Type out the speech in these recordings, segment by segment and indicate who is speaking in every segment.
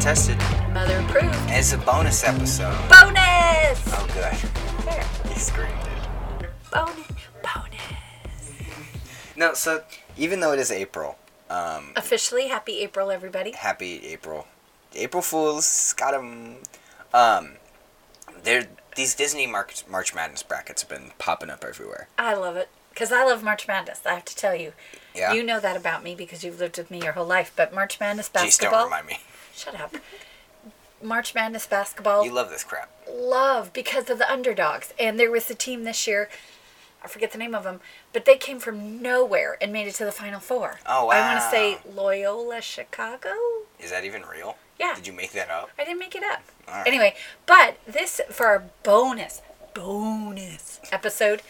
Speaker 1: tested
Speaker 2: Mother approved.
Speaker 1: as a bonus episode.
Speaker 2: Bonus!
Speaker 1: Oh, good.
Speaker 2: There.
Speaker 1: He screamed it.
Speaker 2: Bonus. Bonus.
Speaker 1: No, so even though it is April, um,
Speaker 2: Officially, happy April, everybody.
Speaker 1: happy April. April Fools got 'em. Um, there these Disney March, March Madness brackets have been popping up everywhere.
Speaker 2: I love it. Because I love March Madness, I have to tell you.
Speaker 1: Yeah,
Speaker 2: You know that about me because you've lived with me your whole life. But March Madness
Speaker 1: Jeez,
Speaker 2: basketball.
Speaker 1: don't remind me.
Speaker 2: Shut up. March Madness basketball.
Speaker 1: You love this crap.
Speaker 2: love because of the underdogs. And there was a team this year, I forget the name of them, but they came from nowhere and made it to the Final Four.
Speaker 1: Oh,
Speaker 2: I want to
Speaker 1: wow.
Speaker 2: say Loyola Chicago.
Speaker 1: Is that even real?
Speaker 2: Yeah.
Speaker 1: Did you make that up?
Speaker 2: I didn't make it up.
Speaker 1: All right.
Speaker 2: Anyway, but this for our bonus bonus episode,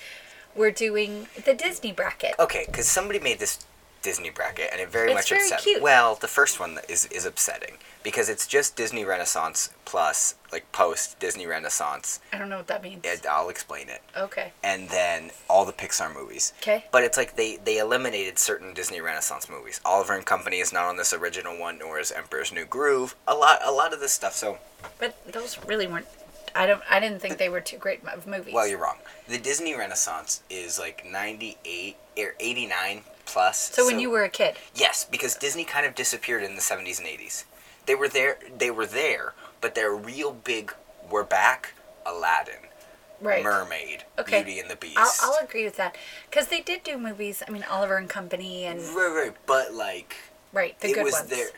Speaker 2: we're doing the Disney bracket.
Speaker 1: Okay, because somebody made this Disney bracket, and it very
Speaker 2: It's
Speaker 1: much
Speaker 2: very
Speaker 1: upset.
Speaker 2: cute.
Speaker 1: Well, the first one is is upsetting because it's just Disney Renaissance plus like post Disney Renaissance.
Speaker 2: I don't know what that means.
Speaker 1: and I'll explain it,
Speaker 2: Okay.
Speaker 1: and then all the Pixar movies.
Speaker 2: 'Kay.
Speaker 1: But it's like they they eliminated certain Disney Renaissance movies. Oliver and Company is not on this original one, nor is Emperor's New Groove. A lot a lot of this stuff. So
Speaker 2: But those really weren't I don't I didn't think they were too great of movies.
Speaker 1: well, you're wrong. The Disney Renaissance is like ninety eight or eighty nine plus.
Speaker 2: so when you were a kid.
Speaker 1: Yes, because Disney kind of disappeared in the 70s and 80s. They were there, they were there, but their real big were back Aladdin,
Speaker 2: Right.
Speaker 1: Mermaid,
Speaker 2: Okay.
Speaker 1: Beauty and the Beast.
Speaker 2: I'll, I'll agree with that because they did do movies. I mean, Oliver and Company and
Speaker 1: Right, right, but like
Speaker 2: right the
Speaker 1: it
Speaker 2: good
Speaker 1: was
Speaker 2: ones,
Speaker 1: there.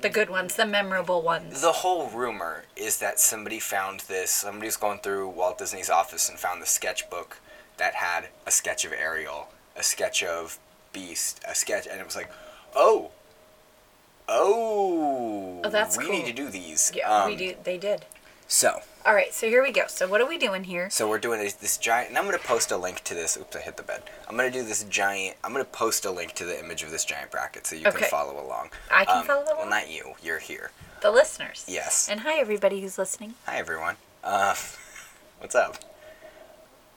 Speaker 2: the good ones, the memorable ones.
Speaker 1: The whole rumor is that somebody found this. Somebody's going through Walt Disney's office and found the sketchbook that had a sketch of Ariel, a sketch of Beast, a sketch, and it was like, oh, oh,
Speaker 2: Oh, that's
Speaker 1: we
Speaker 2: cool.
Speaker 1: need to do these.
Speaker 2: Yeah, we
Speaker 1: Um,
Speaker 2: do. They did.
Speaker 1: So.
Speaker 2: All right, so here we go. So what are we doing here?
Speaker 1: So we're doing this, this giant, and I'm gonna post a link to this. Oops, I hit the bed. I'm gonna do this giant. I'm gonna post a link to the image of this giant bracket so you
Speaker 2: Okay.
Speaker 1: can follow along.
Speaker 2: I can follow
Speaker 1: um, Well,
Speaker 2: along?
Speaker 1: not you. You're here.
Speaker 2: The listeners.
Speaker 1: Yes.
Speaker 2: And hi, everybody who's listening.
Speaker 1: Hi everyone. Uh, what's up?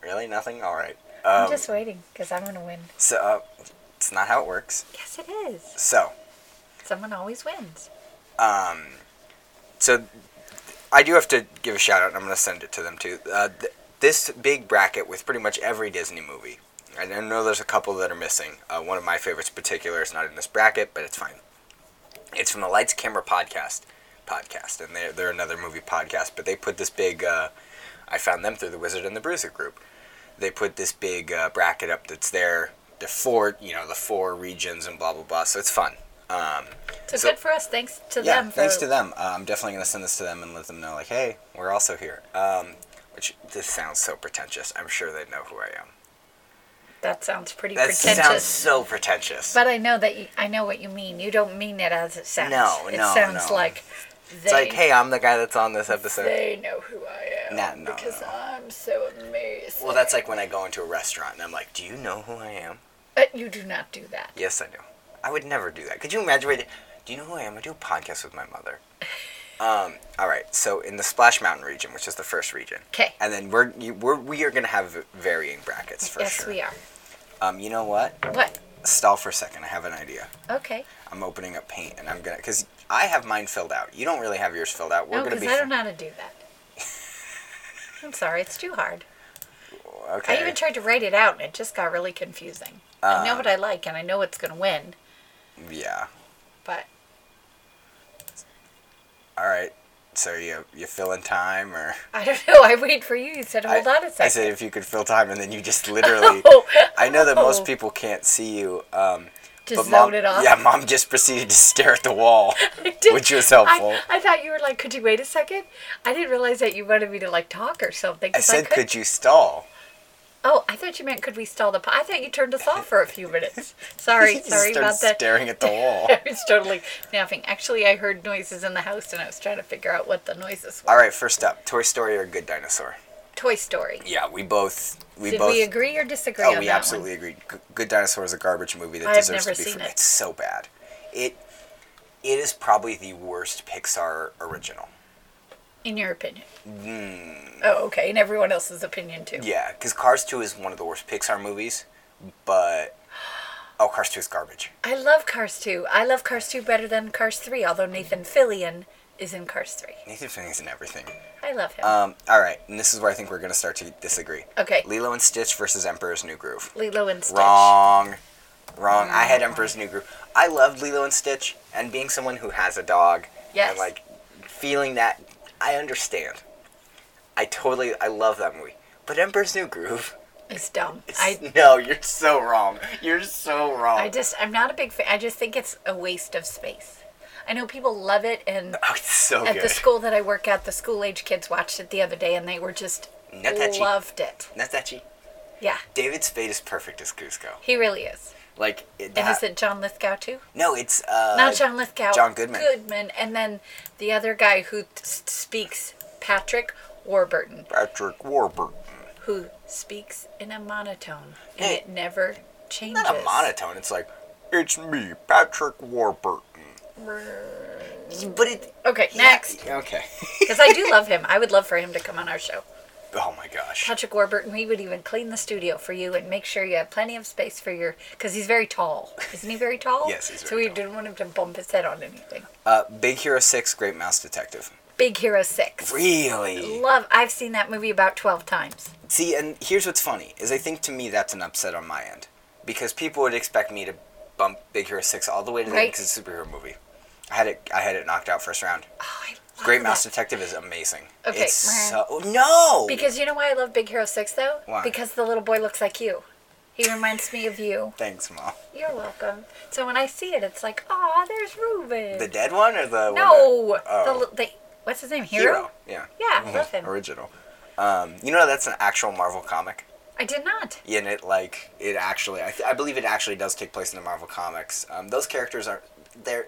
Speaker 1: Really? Nothing? All right.
Speaker 2: I'm just waiting because I'm gonna win.
Speaker 1: So uh, it's not how it works.
Speaker 2: Yes, it is.
Speaker 1: So
Speaker 2: Someone always wins.
Speaker 1: um, so I do have to give a shout out, and I'm going to send it to them too. Uh, th- this big bracket with pretty much every Disney movie. And I know there's a couple that are missing. Uh, one of my favorites, in particular, is not in this bracket, but it's fine. It's from the Lights Camera podcast, podcast, and they're they're another movie podcast. But they put this big. Uh, I found them through the Wizard and the Bruiser group. They put this big uh, bracket up that's there. The four, you know, the four regions and blah blah blah. So it's fun. Um,
Speaker 2: So,
Speaker 1: So-
Speaker 2: good for us. Thanks to
Speaker 1: yeah,
Speaker 2: them. For,
Speaker 1: thanks to them. Uh, I'm definitely going to send this to them and let them know, like, hey, we're also here. Um, which this sounds so pretentious. I'm sure they know who I am.
Speaker 2: That sounds pretty
Speaker 1: That
Speaker 2: pretentious.
Speaker 1: sounds so pretentious.
Speaker 2: but I know that you, I know what you mean. You don't mean it as it sounds.
Speaker 1: No,
Speaker 2: it
Speaker 1: no,
Speaker 2: sounds
Speaker 1: no.
Speaker 2: like they
Speaker 1: it's like, hey, I'm the guy that's on this episode.
Speaker 2: They know who I am
Speaker 1: Nah, no,
Speaker 2: because
Speaker 1: no.
Speaker 2: I'm so amazing.
Speaker 1: well, that's like when I go into a restaurant and I'm like, do you know who I am?
Speaker 2: But you do not do that.
Speaker 1: Yes, I do. I would never do that. Could you imagine? what I did? Do you know who I am? I do a podcast with my mother. Um, all right, so in the Splash Mountain region, which is the first region,
Speaker 2: 'Kay.
Speaker 1: and then we're, you, we're we are gonna have varying brackets for
Speaker 2: yes,
Speaker 1: sure.
Speaker 2: we are.
Speaker 1: Um, you know what?
Speaker 2: What?
Speaker 1: Stall for a second. I have an idea.
Speaker 2: Okay.
Speaker 1: I'm opening up paint and I'm gonna because I have mine filled out. You don't really have yours filled out. We're
Speaker 2: no,
Speaker 1: gonna
Speaker 2: because
Speaker 1: be
Speaker 2: I don't know how to do that. I'm sorry, it's too hard.
Speaker 1: okay.
Speaker 2: I even tried to write it out, and it just got really confusing. I
Speaker 1: Ah.
Speaker 2: know what I like, and I know it's going to win,
Speaker 1: yeah.
Speaker 2: but
Speaker 1: All right. So you you fill in time or
Speaker 2: I don't know. I wait for you. You said, "Hold
Speaker 1: I,
Speaker 2: on a second.
Speaker 1: I said if you could fill time and then you just literally. I know that
Speaker 2: Oh.
Speaker 1: most people can't see you. Um,
Speaker 2: Just
Speaker 1: but mom,
Speaker 2: zoned it off.
Speaker 1: Yeah, mom just proceeded to stare at the wall, which was helpful.
Speaker 2: I, I thought you were like, "Could you wait a second? I didn't realize that you wanted me to like talk or something.
Speaker 1: I
Speaker 2: 'cause
Speaker 1: said, could you stall?
Speaker 2: Oh, I thought you meant could we stall the? Po- I thought you turned us off for a few minutes. Sorry,
Speaker 1: You just
Speaker 2: sorry
Speaker 1: started
Speaker 2: about that.
Speaker 1: Staring at the wall.
Speaker 2: I was totally napping. Actually, I heard noises in the house, and I was trying to figure out what the noises were.
Speaker 1: All right, first up, Toy Story or Good Dinosaur?
Speaker 2: Toy Story.
Speaker 1: Yeah, we both we
Speaker 2: Did
Speaker 1: both
Speaker 2: we agree or disagree
Speaker 1: Oh,
Speaker 2: on
Speaker 1: we
Speaker 2: that
Speaker 1: absolutely agree. G- Good Dinosaur is a garbage movie that
Speaker 2: I have
Speaker 1: deserves
Speaker 2: never
Speaker 1: to be.
Speaker 2: seen
Speaker 1: fr-
Speaker 2: it.
Speaker 1: It's so bad. It it is probably the worst Pixar original.
Speaker 2: one? In your opinion. Oh, okay. In everyone else's opinion too.
Speaker 1: Hmm. Yeah, because Cars Two is one of the worst Pixar movies, but oh, Cars Two is garbage.
Speaker 2: I love Cars 2. I love Cars 2 better than Cars 3, although Nathan Fillion is in Cars 3.
Speaker 1: Nathan Fillion's in everything.
Speaker 2: I love him.
Speaker 1: Um, all right, and this is where I think we're gonna start to disagree.
Speaker 2: okay.
Speaker 1: Lilo and Stitch versus Emperor's New Groove.
Speaker 2: Lilo and Stitch.
Speaker 1: Wrong. Wrong. I had Emperor's New Groove. I loved Lilo and Stitch, and being someone who has a dog
Speaker 2: Yes.
Speaker 1: and like feeling that, I understand. I totally, I love that movie. But Emperor's New Groove,
Speaker 2: It's dumb.
Speaker 1: is-
Speaker 2: I
Speaker 1: no, you're so wrong. You're so wrong.
Speaker 2: I just I'm not a big fan. I just think it's a waste of space. I know people love it, and
Speaker 1: oh, it's so
Speaker 2: at
Speaker 1: good.
Speaker 2: the school that I work at, the school age kids watched it the other day, and they were just
Speaker 1: Not that cheap.
Speaker 2: loved it.
Speaker 1: Not that cheap.
Speaker 2: Yeah,
Speaker 1: David Spade is perfect as Cusco.
Speaker 2: he really is.
Speaker 1: Like it,
Speaker 2: And
Speaker 1: that,
Speaker 2: is it John Lithgow too?
Speaker 1: no, it's uh,
Speaker 2: Not John Lithgow.
Speaker 1: John Goodman.
Speaker 2: Goodman, and then the other guy who t- speaks Patrick Warburton,
Speaker 1: Patrick Warburton.
Speaker 2: who speaks in a monotone, and
Speaker 1: Hey.
Speaker 2: it never changes.
Speaker 1: Not a monotone. It's like it's me, Patrick Warburton. But it
Speaker 2: Okay, next,
Speaker 1: Okay.
Speaker 2: because I do love him. I would love for him to come on our show.
Speaker 1: oh my gosh.
Speaker 2: Patrick Warburton, he would even clean the studio for you and make sure you have plenty of space for your. Because he's very tall. Isn't he very tall?
Speaker 1: Yes, he's
Speaker 2: So
Speaker 1: very
Speaker 2: we
Speaker 1: tall.
Speaker 2: didn't want him to bump his head on anything.
Speaker 1: Uh, Big Hero Six, Great Mouse Detective.
Speaker 2: Big Hero 6.
Speaker 1: Really?
Speaker 2: Love. I've seen that movie about 12 times.
Speaker 1: See, and here's what's funny is I think to me that's an upset on my end because people would expect me to bump Big Hero Six all the way to the
Speaker 2: Right.
Speaker 1: end 'cause it's a superhero movie. I had it. I had it knocked out first round.
Speaker 2: Oh, I love
Speaker 1: Great Mouse
Speaker 2: that.
Speaker 1: Detective is amazing.
Speaker 2: Okay,
Speaker 1: It's
Speaker 2: meh.
Speaker 1: so no.
Speaker 2: Because you know why I love Big Hero 6 though?
Speaker 1: Why?
Speaker 2: Because the little boy looks like you. He reminds me of you.
Speaker 1: thanks, mom.
Speaker 2: You're welcome. So when I see it, it's like, oh, there's Reuben.
Speaker 1: The dead one or the one
Speaker 2: no.
Speaker 1: that- oh.
Speaker 2: The, li- the, what's his name? Hero?
Speaker 1: hero. Mm-hmm. Yeah.
Speaker 2: Yeah, I love him.
Speaker 1: Original. Um, you know that's an actual Marvel comic.
Speaker 2: I did not.
Speaker 1: in it like it actually I, th- I believe it actually does take place in the marvel comics um, those characters are they're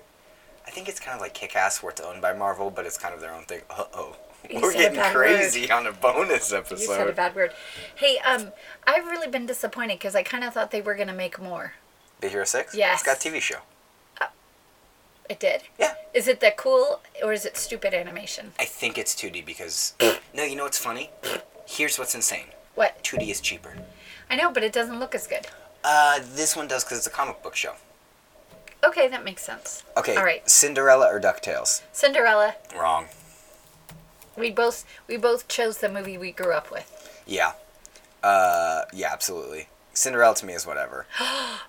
Speaker 1: i think it's kind of like kick-ass where it's owned by marvel but it's kind of their own thing uh-oh
Speaker 2: You
Speaker 1: we're
Speaker 2: said a
Speaker 1: getting
Speaker 2: bad
Speaker 1: crazy on a bonus episode
Speaker 2: You said a bad word. Hey, um, I've really been disappointed because I kind of thought they were gonna make more.
Speaker 1: big hero 6
Speaker 2: Yes.
Speaker 1: it's got a tv show
Speaker 2: It did.
Speaker 1: yeah
Speaker 2: Is it the cool or is it stupid animation?
Speaker 1: i think it's 2d because no you know what's funny here's what's insane
Speaker 2: What?
Speaker 1: 2d is cheaper
Speaker 2: I know, but it doesn't look as good.
Speaker 1: uh, this one does because it's a comic book show
Speaker 2: Okay, that makes sense.
Speaker 1: okay
Speaker 2: All right.
Speaker 1: cinderella or ducktales
Speaker 2: Cinderella.
Speaker 1: wrong
Speaker 2: We both we both chose the movie we grew up with.
Speaker 1: yeah uh, yeah absolutely cinderella to me is whatever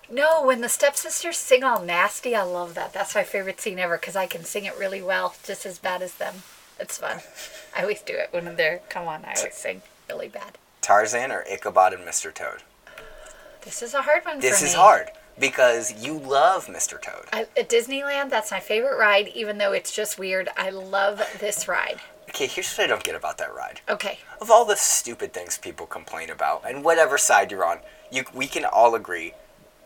Speaker 2: No, when the stepsisters sing all nasty, I love that. That's my favorite scene ever because I can sing it really well, just as bad as them. It's fun. I always do it when they're come on. I always sing really bad.
Speaker 1: Tarzan or Ichabod and Mr. Toad?
Speaker 2: This is a hard one.
Speaker 1: This
Speaker 2: for
Speaker 1: is
Speaker 2: me.
Speaker 1: hard because you love Mr. Toad.
Speaker 2: I, at Disneyland, that's my favorite ride, even though it's just weird. I love this ride.
Speaker 1: Okay, here's what I don't get about that ride.
Speaker 2: Okay,
Speaker 1: Of all the stupid things people complain about, and whatever side you're on, you, we can all agree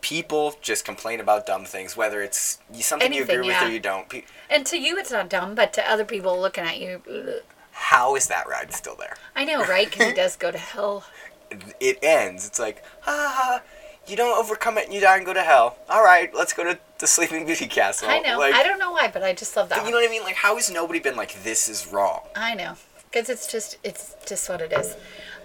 Speaker 1: people just complain about dumb things, whether it's you- something
Speaker 2: Anything,
Speaker 1: you agree
Speaker 2: yeah.
Speaker 1: with or you don't. Pe-
Speaker 2: and to you, it's not dumb, but to other people looking at you, ugh.
Speaker 1: How is that ride still there?
Speaker 2: I know, right? Because he does go to hell.
Speaker 1: It ends. It's like, ha ha, you don't overcome it and you die and go to hell. All right, let's go to the Sleeping Beauty Castle.
Speaker 2: I know.
Speaker 1: Like,
Speaker 2: I don't know why, but I just love that.
Speaker 1: You
Speaker 2: one.
Speaker 1: know what I mean? Like, how has nobody been like, this is wrong?
Speaker 2: I know, because it's just it's just what it is.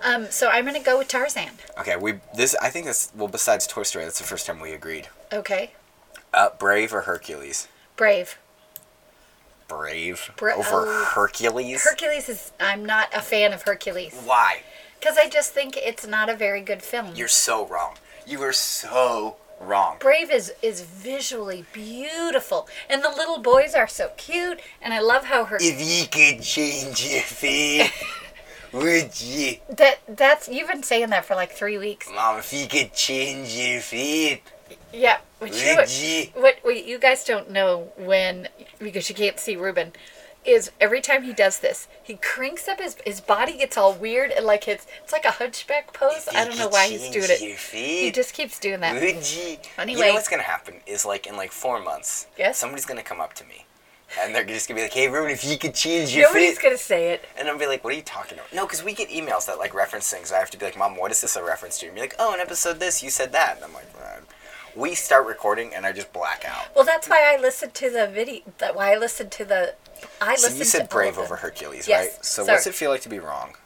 Speaker 2: Um, so I'm gonna go with Tarzan.
Speaker 1: Okay, we this I think this well besides Toy Story, that's the first time we agreed.
Speaker 2: Okay,
Speaker 1: Uh, Brave or Hercules?
Speaker 2: brave.
Speaker 1: Brave
Speaker 2: Bra-
Speaker 1: over
Speaker 2: oh.
Speaker 1: Hercules?
Speaker 2: Hercules is. I'm not a fan of Hercules
Speaker 1: Why?
Speaker 2: because I just think it's not a very good film.
Speaker 1: You're so wrong. You are so wrong.
Speaker 2: Brave is is visually beautiful, and the little boys are so cute, and I love how her
Speaker 1: If you could change your fate, would you?
Speaker 2: that that's you've been saying that for like three weeks.
Speaker 1: Mom, if you could change your fate,
Speaker 2: Yeah, which you
Speaker 1: would you?
Speaker 2: what, what you guys don't know when because you can't see Ruben is every time he does this he crinks up his his body gets all weird and like it's it's like a hunchback pose.
Speaker 1: If
Speaker 2: I
Speaker 1: you
Speaker 2: don't know
Speaker 1: could
Speaker 2: why he's
Speaker 1: change
Speaker 2: doing
Speaker 1: Your
Speaker 2: it. He
Speaker 1: fate,
Speaker 2: just keeps doing that.
Speaker 1: would you? You
Speaker 2: Anyway.
Speaker 1: know what's gonna happen is like in like four months,
Speaker 2: Yes?
Speaker 1: somebody's gonna come up to me, and they're just gonna be like, "Hey, Ruben, if you could change your fate."
Speaker 2: Nobody's gonna say it.
Speaker 1: And I'll be like, what are you talking about? No, because we get emails that like reference things. I have to be like, Mom, what is this a reference to? And you're like, oh, in episode this, you said that. And I'm like, "Uh." we start recording and I just black out.
Speaker 2: Well, that's why I listened to the video. That why I listened to the. I
Speaker 1: So
Speaker 2: listened
Speaker 1: you
Speaker 2: to
Speaker 1: said
Speaker 2: all of
Speaker 1: brave
Speaker 2: them.
Speaker 1: over Hercules,
Speaker 2: Yes,
Speaker 1: right? So
Speaker 2: sorry.
Speaker 1: what's it feel like to be wrong?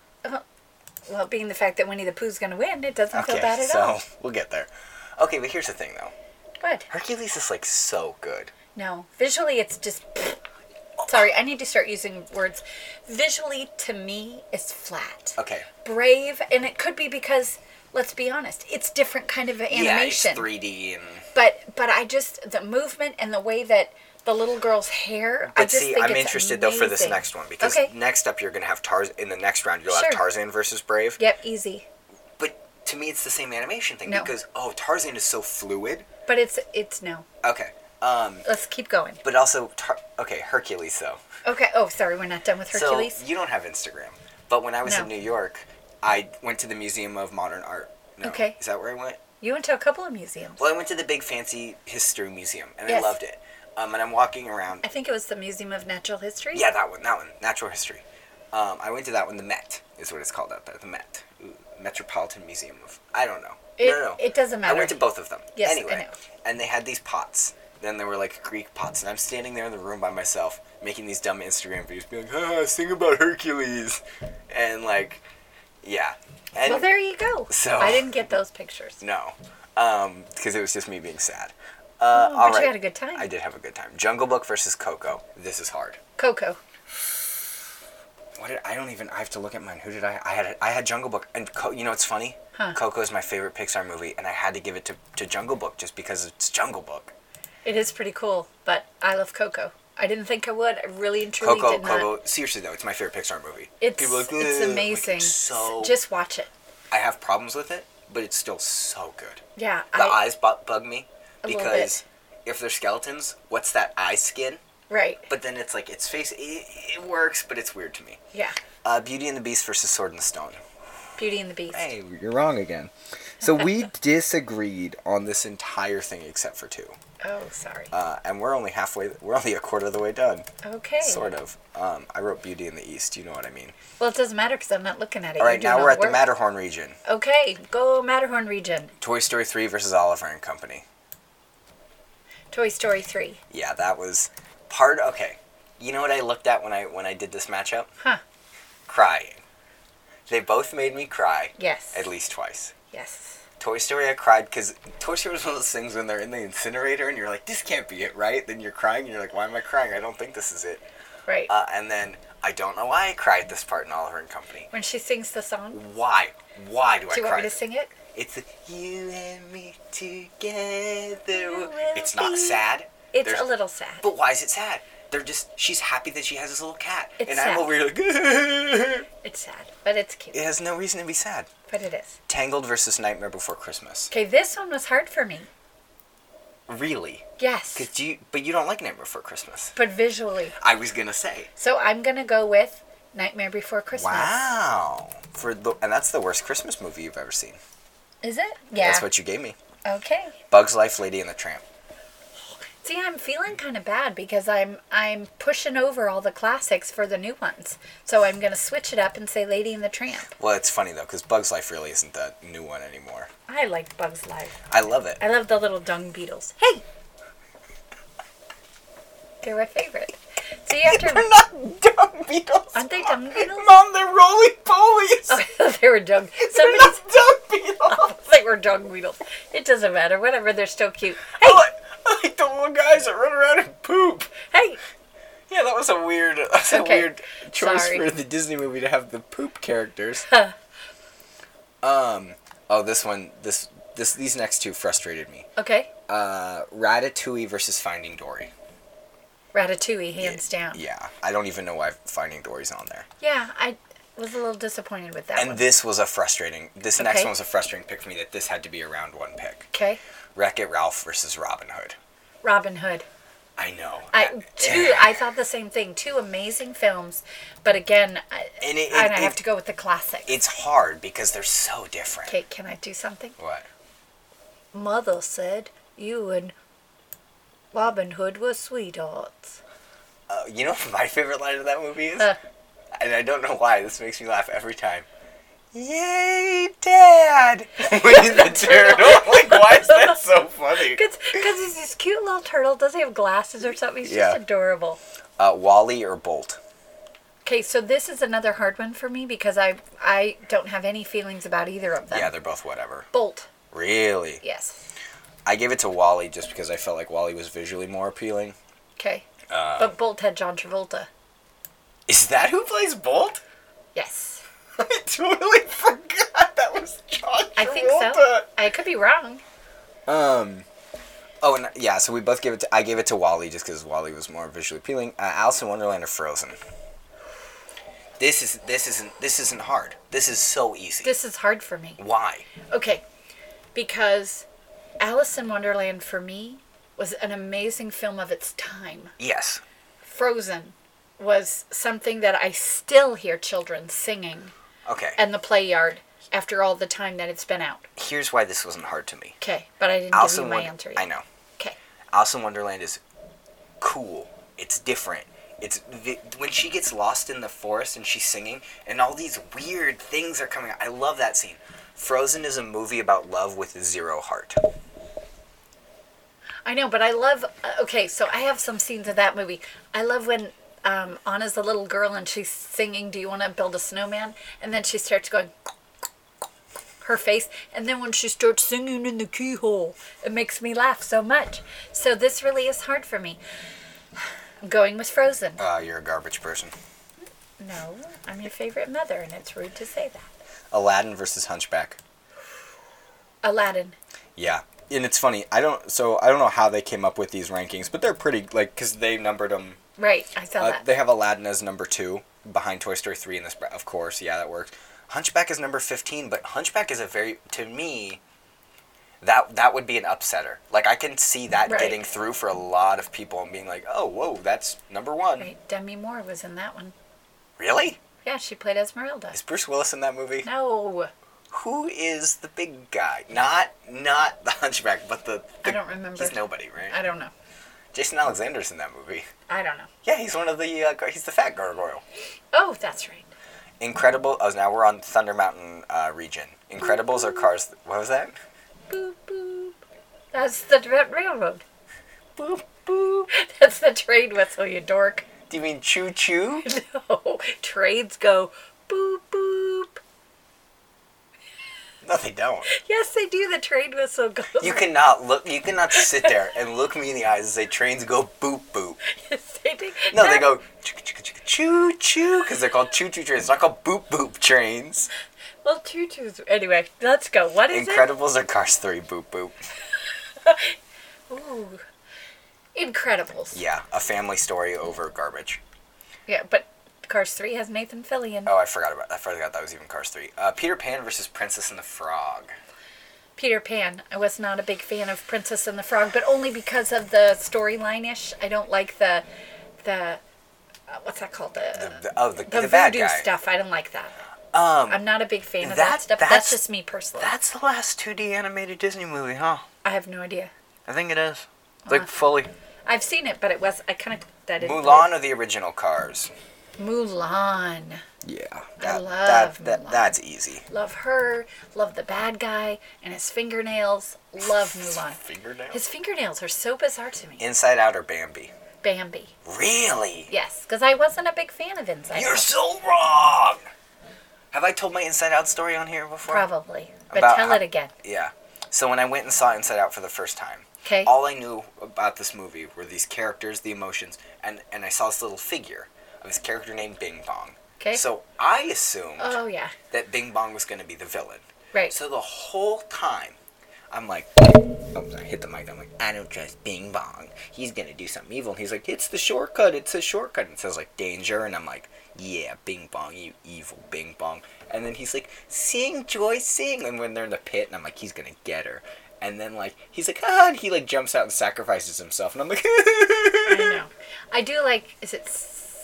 Speaker 2: Well, being the fact that Winnie the Pooh's gonna win, it doesn't feel bad at
Speaker 1: so
Speaker 2: all.
Speaker 1: we'll get there. Okay, but here's the thing though.
Speaker 2: Good.
Speaker 1: Hercules is like so good.
Speaker 2: No, visually it's just Sorry, I need to start using words. Visually, to me, is flat.
Speaker 1: Okay.
Speaker 2: Brave, and it could be because, let's be honest, it's different kind of animation.
Speaker 1: Yeah, it's 3D and.
Speaker 2: But but I just the movement and the way that the little girl's hair.
Speaker 1: But
Speaker 2: I just
Speaker 1: see,
Speaker 2: think
Speaker 1: I'm
Speaker 2: it's
Speaker 1: interested though for this
Speaker 2: amazing.
Speaker 1: next one because
Speaker 2: Okay.
Speaker 1: next up you're gonna have Tarzan. In the next round, you'll
Speaker 2: Sure.
Speaker 1: have Tarzan versus Brave.
Speaker 2: Yep, easy.
Speaker 1: But to me, it's the same animation thing
Speaker 2: No.
Speaker 1: because oh, Tarzan is so fluid.
Speaker 2: But it's it's no.
Speaker 1: Okay. Um,
Speaker 2: Let's keep going.
Speaker 1: but also, tar- okay, Hercules though.
Speaker 2: Okay. Oh, sorry, we're not done with Hercules.
Speaker 1: So you don't have Instagram, but when I was
Speaker 2: No.
Speaker 1: in New York, I went to the Museum of Modern Art. No.
Speaker 2: Okay.
Speaker 1: Is that where I went?
Speaker 2: you went to a couple of museums.
Speaker 1: Well, I went to the big fancy history museum, and
Speaker 2: Yes.
Speaker 1: I loved it. Um, and I'm walking around.
Speaker 2: I think it was the Museum of Natural History.
Speaker 1: Yeah, that one, that one, natural history. Um, I went to that one. The Met is what it's called out there. The Met, Ooh, Metropolitan Museum of. I don't know.
Speaker 2: It,
Speaker 1: no, no, no.
Speaker 2: it doesn't
Speaker 1: I
Speaker 2: matter.
Speaker 1: went to both of them.
Speaker 2: Yes, I
Speaker 1: anyway,
Speaker 2: know.
Speaker 1: and they had these pots. Then there were like Greek pots, and I'm standing there in the room by myself, making these dumb Instagram videos, being like, "Ah, sing about Hercules," and like, yeah, and
Speaker 2: Well, there you go.
Speaker 1: So-
Speaker 2: I didn't get those pictures.
Speaker 1: no, because it was just me being sad. Uh,
Speaker 2: Oh,
Speaker 1: all
Speaker 2: but you
Speaker 1: right.
Speaker 2: had a good time.
Speaker 1: I did have a good time. Jungle Book versus Coco. This is hard.
Speaker 2: Coco.
Speaker 1: What did I don't even I have to look at mine. Who did I I had I had Jungle Book and Co, you know it's funny?
Speaker 2: Huh.
Speaker 1: Coco is my favorite Pixar movie and I had to give it to, to Jungle Book just because it's Jungle Book.
Speaker 2: It is pretty cool, but I love Coco. I didn't think I would. I really and truly
Speaker 1: Coco
Speaker 2: did not.
Speaker 1: Coco seriously though, it's my favorite Pixar movie.
Speaker 2: It's
Speaker 1: People are like, "Ugh,"
Speaker 2: it's
Speaker 1: like,
Speaker 2: amazing.
Speaker 1: it's so
Speaker 2: just watch it.
Speaker 1: I have problems with it, but it's still so good.
Speaker 2: Yeah.
Speaker 1: The
Speaker 2: I,
Speaker 1: eyes bu- bug me
Speaker 2: A little
Speaker 1: because if they're skeletons, what's that eye skin?
Speaker 2: right.
Speaker 1: But then it's like its face it, it works, but it's weird to me.
Speaker 2: Yeah.
Speaker 1: Uh, Beauty and the Beast versus Sword and the Stone.
Speaker 2: Beauty and the Beast.
Speaker 1: Hey, you're wrong again. So we disagreed on this entire thing except for two,
Speaker 2: Oh, sorry.
Speaker 1: uh, and we're only halfway. We're only a quarter of the way done,
Speaker 2: okay.
Speaker 1: sort of. Um, I wrote Beauty in the East. You know what I mean.
Speaker 2: Well, it doesn't matter because I'm not looking at it.
Speaker 1: All
Speaker 2: You
Speaker 1: right,
Speaker 2: do
Speaker 1: now
Speaker 2: know
Speaker 1: we're at the
Speaker 2: work.
Speaker 1: Matterhorn region.
Speaker 2: Okay, go Matterhorn region.
Speaker 1: Toy Story three versus Oliver and Company.
Speaker 2: Toy Story three.
Speaker 1: Yeah, that was part. Okay, you know what I looked at when I when I did this matchup?
Speaker 2: Huh.
Speaker 1: Crying. They both made me cry
Speaker 2: Yes.
Speaker 1: at least twice.
Speaker 2: Yes.
Speaker 1: Toy Story, I cried because Toy Story was one of those things when they're in the incinerator and you're like, this can't be it, right? Then you're crying and you're like, why am I crying? I don't think this is it.
Speaker 2: Right.
Speaker 1: Uh, and then I don't know why I cried this part in Oliver and Company.
Speaker 2: when she sings the song.
Speaker 1: Why? Why do I
Speaker 2: Do you
Speaker 1: cry?
Speaker 2: want me to sing it?
Speaker 1: It's the, you and me
Speaker 2: You
Speaker 1: together.
Speaker 2: will
Speaker 1: It's not
Speaker 2: be-
Speaker 1: sad.
Speaker 2: It's
Speaker 1: There's-
Speaker 2: a little sad.
Speaker 1: But why is it sad? They're just, she's happy that she has this little cat.
Speaker 2: It's
Speaker 1: and
Speaker 2: sad.
Speaker 1: I'm over here like, it
Speaker 2: It's sad, but it's cute.
Speaker 1: has no reason to be sad.
Speaker 2: But it is.
Speaker 1: Tangled versus Nightmare Before Christmas.
Speaker 2: Okay, this one was hard for me.
Speaker 1: Really? Cause
Speaker 2: Yes.
Speaker 1: do you, but you don't like Nightmare Before Christmas.
Speaker 2: But visually.
Speaker 1: I was gonna say.
Speaker 2: So I'm going to go with Nightmare Before Christmas.
Speaker 1: Wow. For the, and that's the worst Christmas movie you've ever seen.
Speaker 2: Is it? Yeah.
Speaker 1: That's what you gave me.
Speaker 2: okay.
Speaker 1: Bugs Life, Lady and the Tramp.
Speaker 2: See, I'm feeling kind of bad because I'm I'm pushing over all the classics for the new ones. So I'm going to switch it up and say Lady and the Tramp.
Speaker 1: Well, it's funny though, because Bugs Life really isn't the new one anymore.
Speaker 2: I like Bugs Life.
Speaker 1: I love it.
Speaker 2: I love the little dung beetles. Hey! They're my favorite. So you have to.
Speaker 1: not dumb beetles.
Speaker 2: Aren't they dumb beetles?
Speaker 1: Mom, they're roly polies.
Speaker 2: Oh, they were dung. Somebody's.
Speaker 1: dumb beetles.
Speaker 2: They were dung beetles. It doesn't matter. Whatever. They're still cute.
Speaker 1: I, like, I like the little guys that run around and poop.
Speaker 2: Hey!
Speaker 1: Yeah, that was a weird, that was
Speaker 2: Okay.
Speaker 1: a weird choice
Speaker 2: Sorry.
Speaker 1: for the Disney movie to have the poop characters.
Speaker 2: Huh.
Speaker 1: um. Oh, this one, this, this, these next two frustrated me.
Speaker 2: Okay.
Speaker 1: Uh, Ratatouille versus Finding Dory.
Speaker 2: Ratatouille, hands down.
Speaker 1: Yeah, I don't even know why Finding Dory's on there.
Speaker 2: Yeah, I was a little disappointed with that one.
Speaker 1: And this was a frustrating. This next
Speaker 2: Okay.
Speaker 1: one was a frustrating pick for me that this had to be a round one pick.
Speaker 2: okay.
Speaker 1: Wreck It Ralph versus Robin Hood.
Speaker 2: Robin Hood.
Speaker 1: I know.
Speaker 2: I two. I thought the same thing. Two amazing films, but again, I,
Speaker 1: And it-
Speaker 2: and
Speaker 1: it-
Speaker 2: I have
Speaker 1: it-
Speaker 2: to go with the classic.
Speaker 1: It's hard because they're so different.
Speaker 2: Okay, can I do something?
Speaker 1: What?
Speaker 2: Mother said you and Robin Hood were sweethearts.
Speaker 1: Uh, you know what my favorite line of that movie is?
Speaker 2: Uh,
Speaker 1: and I don't know why. This makes me laugh every time. Yay, Dad! Winnie the Turtle. like, why is that so funny?
Speaker 2: Because he's this cute little turtle. Does he have glasses or something? He's
Speaker 1: Yeah.
Speaker 2: just adorable.
Speaker 1: Uh, Wally or Bolt?
Speaker 2: Okay, so this is another hard one for me because I I don't have any feelings about either of them.
Speaker 1: Yeah, they're both whatever.
Speaker 2: Bolt.
Speaker 1: Really?
Speaker 2: Yes.
Speaker 1: I gave it to Wally just because I felt like Wally was visually more appealing.
Speaker 2: Okay.
Speaker 1: Uh,
Speaker 2: but Bolt had John Travolta.
Speaker 1: Is that who plays Bolt?
Speaker 2: Yes.
Speaker 1: I totally forgot that was John Travolta.
Speaker 2: I think so. I could be wrong.
Speaker 1: Um. Oh, and yeah. So we both gave it. To, I gave it to Wally just because Wally was more visually appealing. Uh, Alice in Wonderland or Frozen. This is this isn't this isn't hard. This is so easy.
Speaker 2: This is hard for me.
Speaker 1: Why?
Speaker 2: Okay. Because Alice in Wonderland for me was an amazing film of its time.
Speaker 1: Yes.
Speaker 2: Frozen was something that I still hear children singing
Speaker 1: Okay.
Speaker 2: in the play yard after all the time that it's been out.
Speaker 1: Here's why this wasn't hard to me.
Speaker 2: Okay, but I didn't
Speaker 1: Alice in
Speaker 2: give you my
Speaker 1: Wonder-
Speaker 2: answer yet.
Speaker 1: I know.
Speaker 2: Okay.
Speaker 1: Alice in Wonderland is cool. It's different. It's vi- when she gets lost in the forest and she's singing, and all these weird things are coming. out. I love that scene. Frozen is a movie about love with zero heart.
Speaker 2: I know, but I love. uh, Okay, so I have some scenes of that movie. I love when um, Anna's a little girl and she's singing, Do You Want to Build a Snowman? And then she starts going, her face. And then when she starts singing in the keyhole, it makes me laugh so much. So this really is hard for me. I'm going with Frozen.
Speaker 1: Uh, you're a garbage person.
Speaker 2: No, I'm your favorite mother, and it's rude to say that.
Speaker 1: Aladdin versus Hunchback.
Speaker 2: Aladdin.
Speaker 1: Yeah. And it's funny. I don't. So I don't know how they came up with these rankings, but they're pretty like because they numbered them.
Speaker 2: Right, I saw
Speaker 1: Uh,
Speaker 2: that.
Speaker 1: they have Aladdin as number two behind Toy Story three in this. bra- Of course, yeah, that works. Hunchback is number fifteen, but Hunchback is a very to me. That that would be an upsetter. Like I can see that
Speaker 2: Right.
Speaker 1: getting through for a lot of people and being like, oh, whoa, that's number one.
Speaker 2: Right, Demi Moore was in that one.
Speaker 1: Really?
Speaker 2: Yeah, she played Esmeralda.
Speaker 1: Is Bruce Willis in that movie?
Speaker 2: No,
Speaker 1: Who is the big guy? Not not the Hunchback, but the, the
Speaker 2: I don't remember.
Speaker 1: He's nobody, right?
Speaker 2: I don't know.
Speaker 1: Jason Alexander's in that movie.
Speaker 2: I don't know.
Speaker 1: Yeah, he's one of the uh, gar- he's the fat gargoyle.
Speaker 2: Oh, that's right.
Speaker 1: Incredible. Oh, now we're on Thunder Mountain uh, region. Incredibles or Cars? What was that?
Speaker 2: Boop boop. That's the dra- railroad.
Speaker 1: Boop boop.
Speaker 2: That's the train whistle, you dork.
Speaker 1: Do you mean choo choo?
Speaker 2: No, trains go boop boop.
Speaker 1: No, they don't.
Speaker 2: Yes, they do. The train whistle goes.
Speaker 1: You cannot look. You cannot sit there and look me in the eyes and say trains go boop boop.
Speaker 2: Yes, they do.
Speaker 1: No, they
Speaker 2: That-
Speaker 1: go choo choo because they're called choo choo trains. They're not called boop boop trains.
Speaker 2: Well, choo choos. Anyway, let's go. What is
Speaker 1: Incredibles or Cars three? Boop boop.
Speaker 2: it? Ooh, Incredibles.
Speaker 1: Yeah, a family story over garbage.
Speaker 2: Yeah, but Cars Three has Nathan Fillion.
Speaker 1: Oh, I forgot about. I forgot that was even Cars three. Uh, Peter Pan versus Princess and the Frog.
Speaker 2: Peter Pan. I was not a big fan of Princess and the Frog, but only because of the storyline ish. I don't like the the uh, what's that called the
Speaker 1: The, oh, the,
Speaker 2: the,
Speaker 1: the, bad
Speaker 2: voodoo
Speaker 1: guy.
Speaker 2: stuff. I don't like that.
Speaker 1: Um,
Speaker 2: I'm not a big fan of that,
Speaker 1: that-
Speaker 2: stuff.
Speaker 1: that's-
Speaker 2: That's just me personally.
Speaker 1: That's the last 2D animated Disney movie, huh?
Speaker 2: I have no idea.
Speaker 1: I think it is. Like fully.
Speaker 2: I've seen it, but it was Uh, I kind of that didn't.
Speaker 1: Mulan or the original Cars?
Speaker 2: Mulan.
Speaker 1: Yeah.
Speaker 2: love
Speaker 1: that, that
Speaker 2: Mulan.
Speaker 1: that's easy.
Speaker 2: Love her. Love the bad guy and his fingernails. Love Mulan.
Speaker 1: Fingernail.
Speaker 2: His fingernails are so bizarre to me.
Speaker 1: Inside Out or Bambi?
Speaker 2: Bambi.
Speaker 1: Really?
Speaker 2: Yes, because I wasn't a big fan of Inside.
Speaker 1: You're
Speaker 2: Out.
Speaker 1: so wrong. Have I told my Inside Out story on here before?
Speaker 2: Probably. But
Speaker 1: About
Speaker 2: tell
Speaker 1: how-
Speaker 2: it again.
Speaker 1: Yeah. So when I went and saw Inside Out for the first time,
Speaker 2: Okay.
Speaker 1: all I knew about this movie were these characters, the emotions, and and I saw this little figure of this character named Bing Bong.
Speaker 2: 'Kay.
Speaker 1: So I assumed
Speaker 2: Oh yeah.
Speaker 1: that Bing Bong was going to be the villain.
Speaker 2: Right.
Speaker 1: So the whole time, I'm like, oh, I hit the mic. I'm like, I don't trust Bing Bong. He's going to do something evil. And he's like, it's the shortcut. It's a shortcut. And it says, like, danger. And I'm like, yeah, Bing Bong, you evil Bing Bong. And then he's like, sing, Joy, sing. And when they're in the pit, and I'm like, he's going to get her. And then, like, he's like, ah, and he, like, jumps out and sacrifices himself. And I'm like,
Speaker 2: I know. I do like. Is it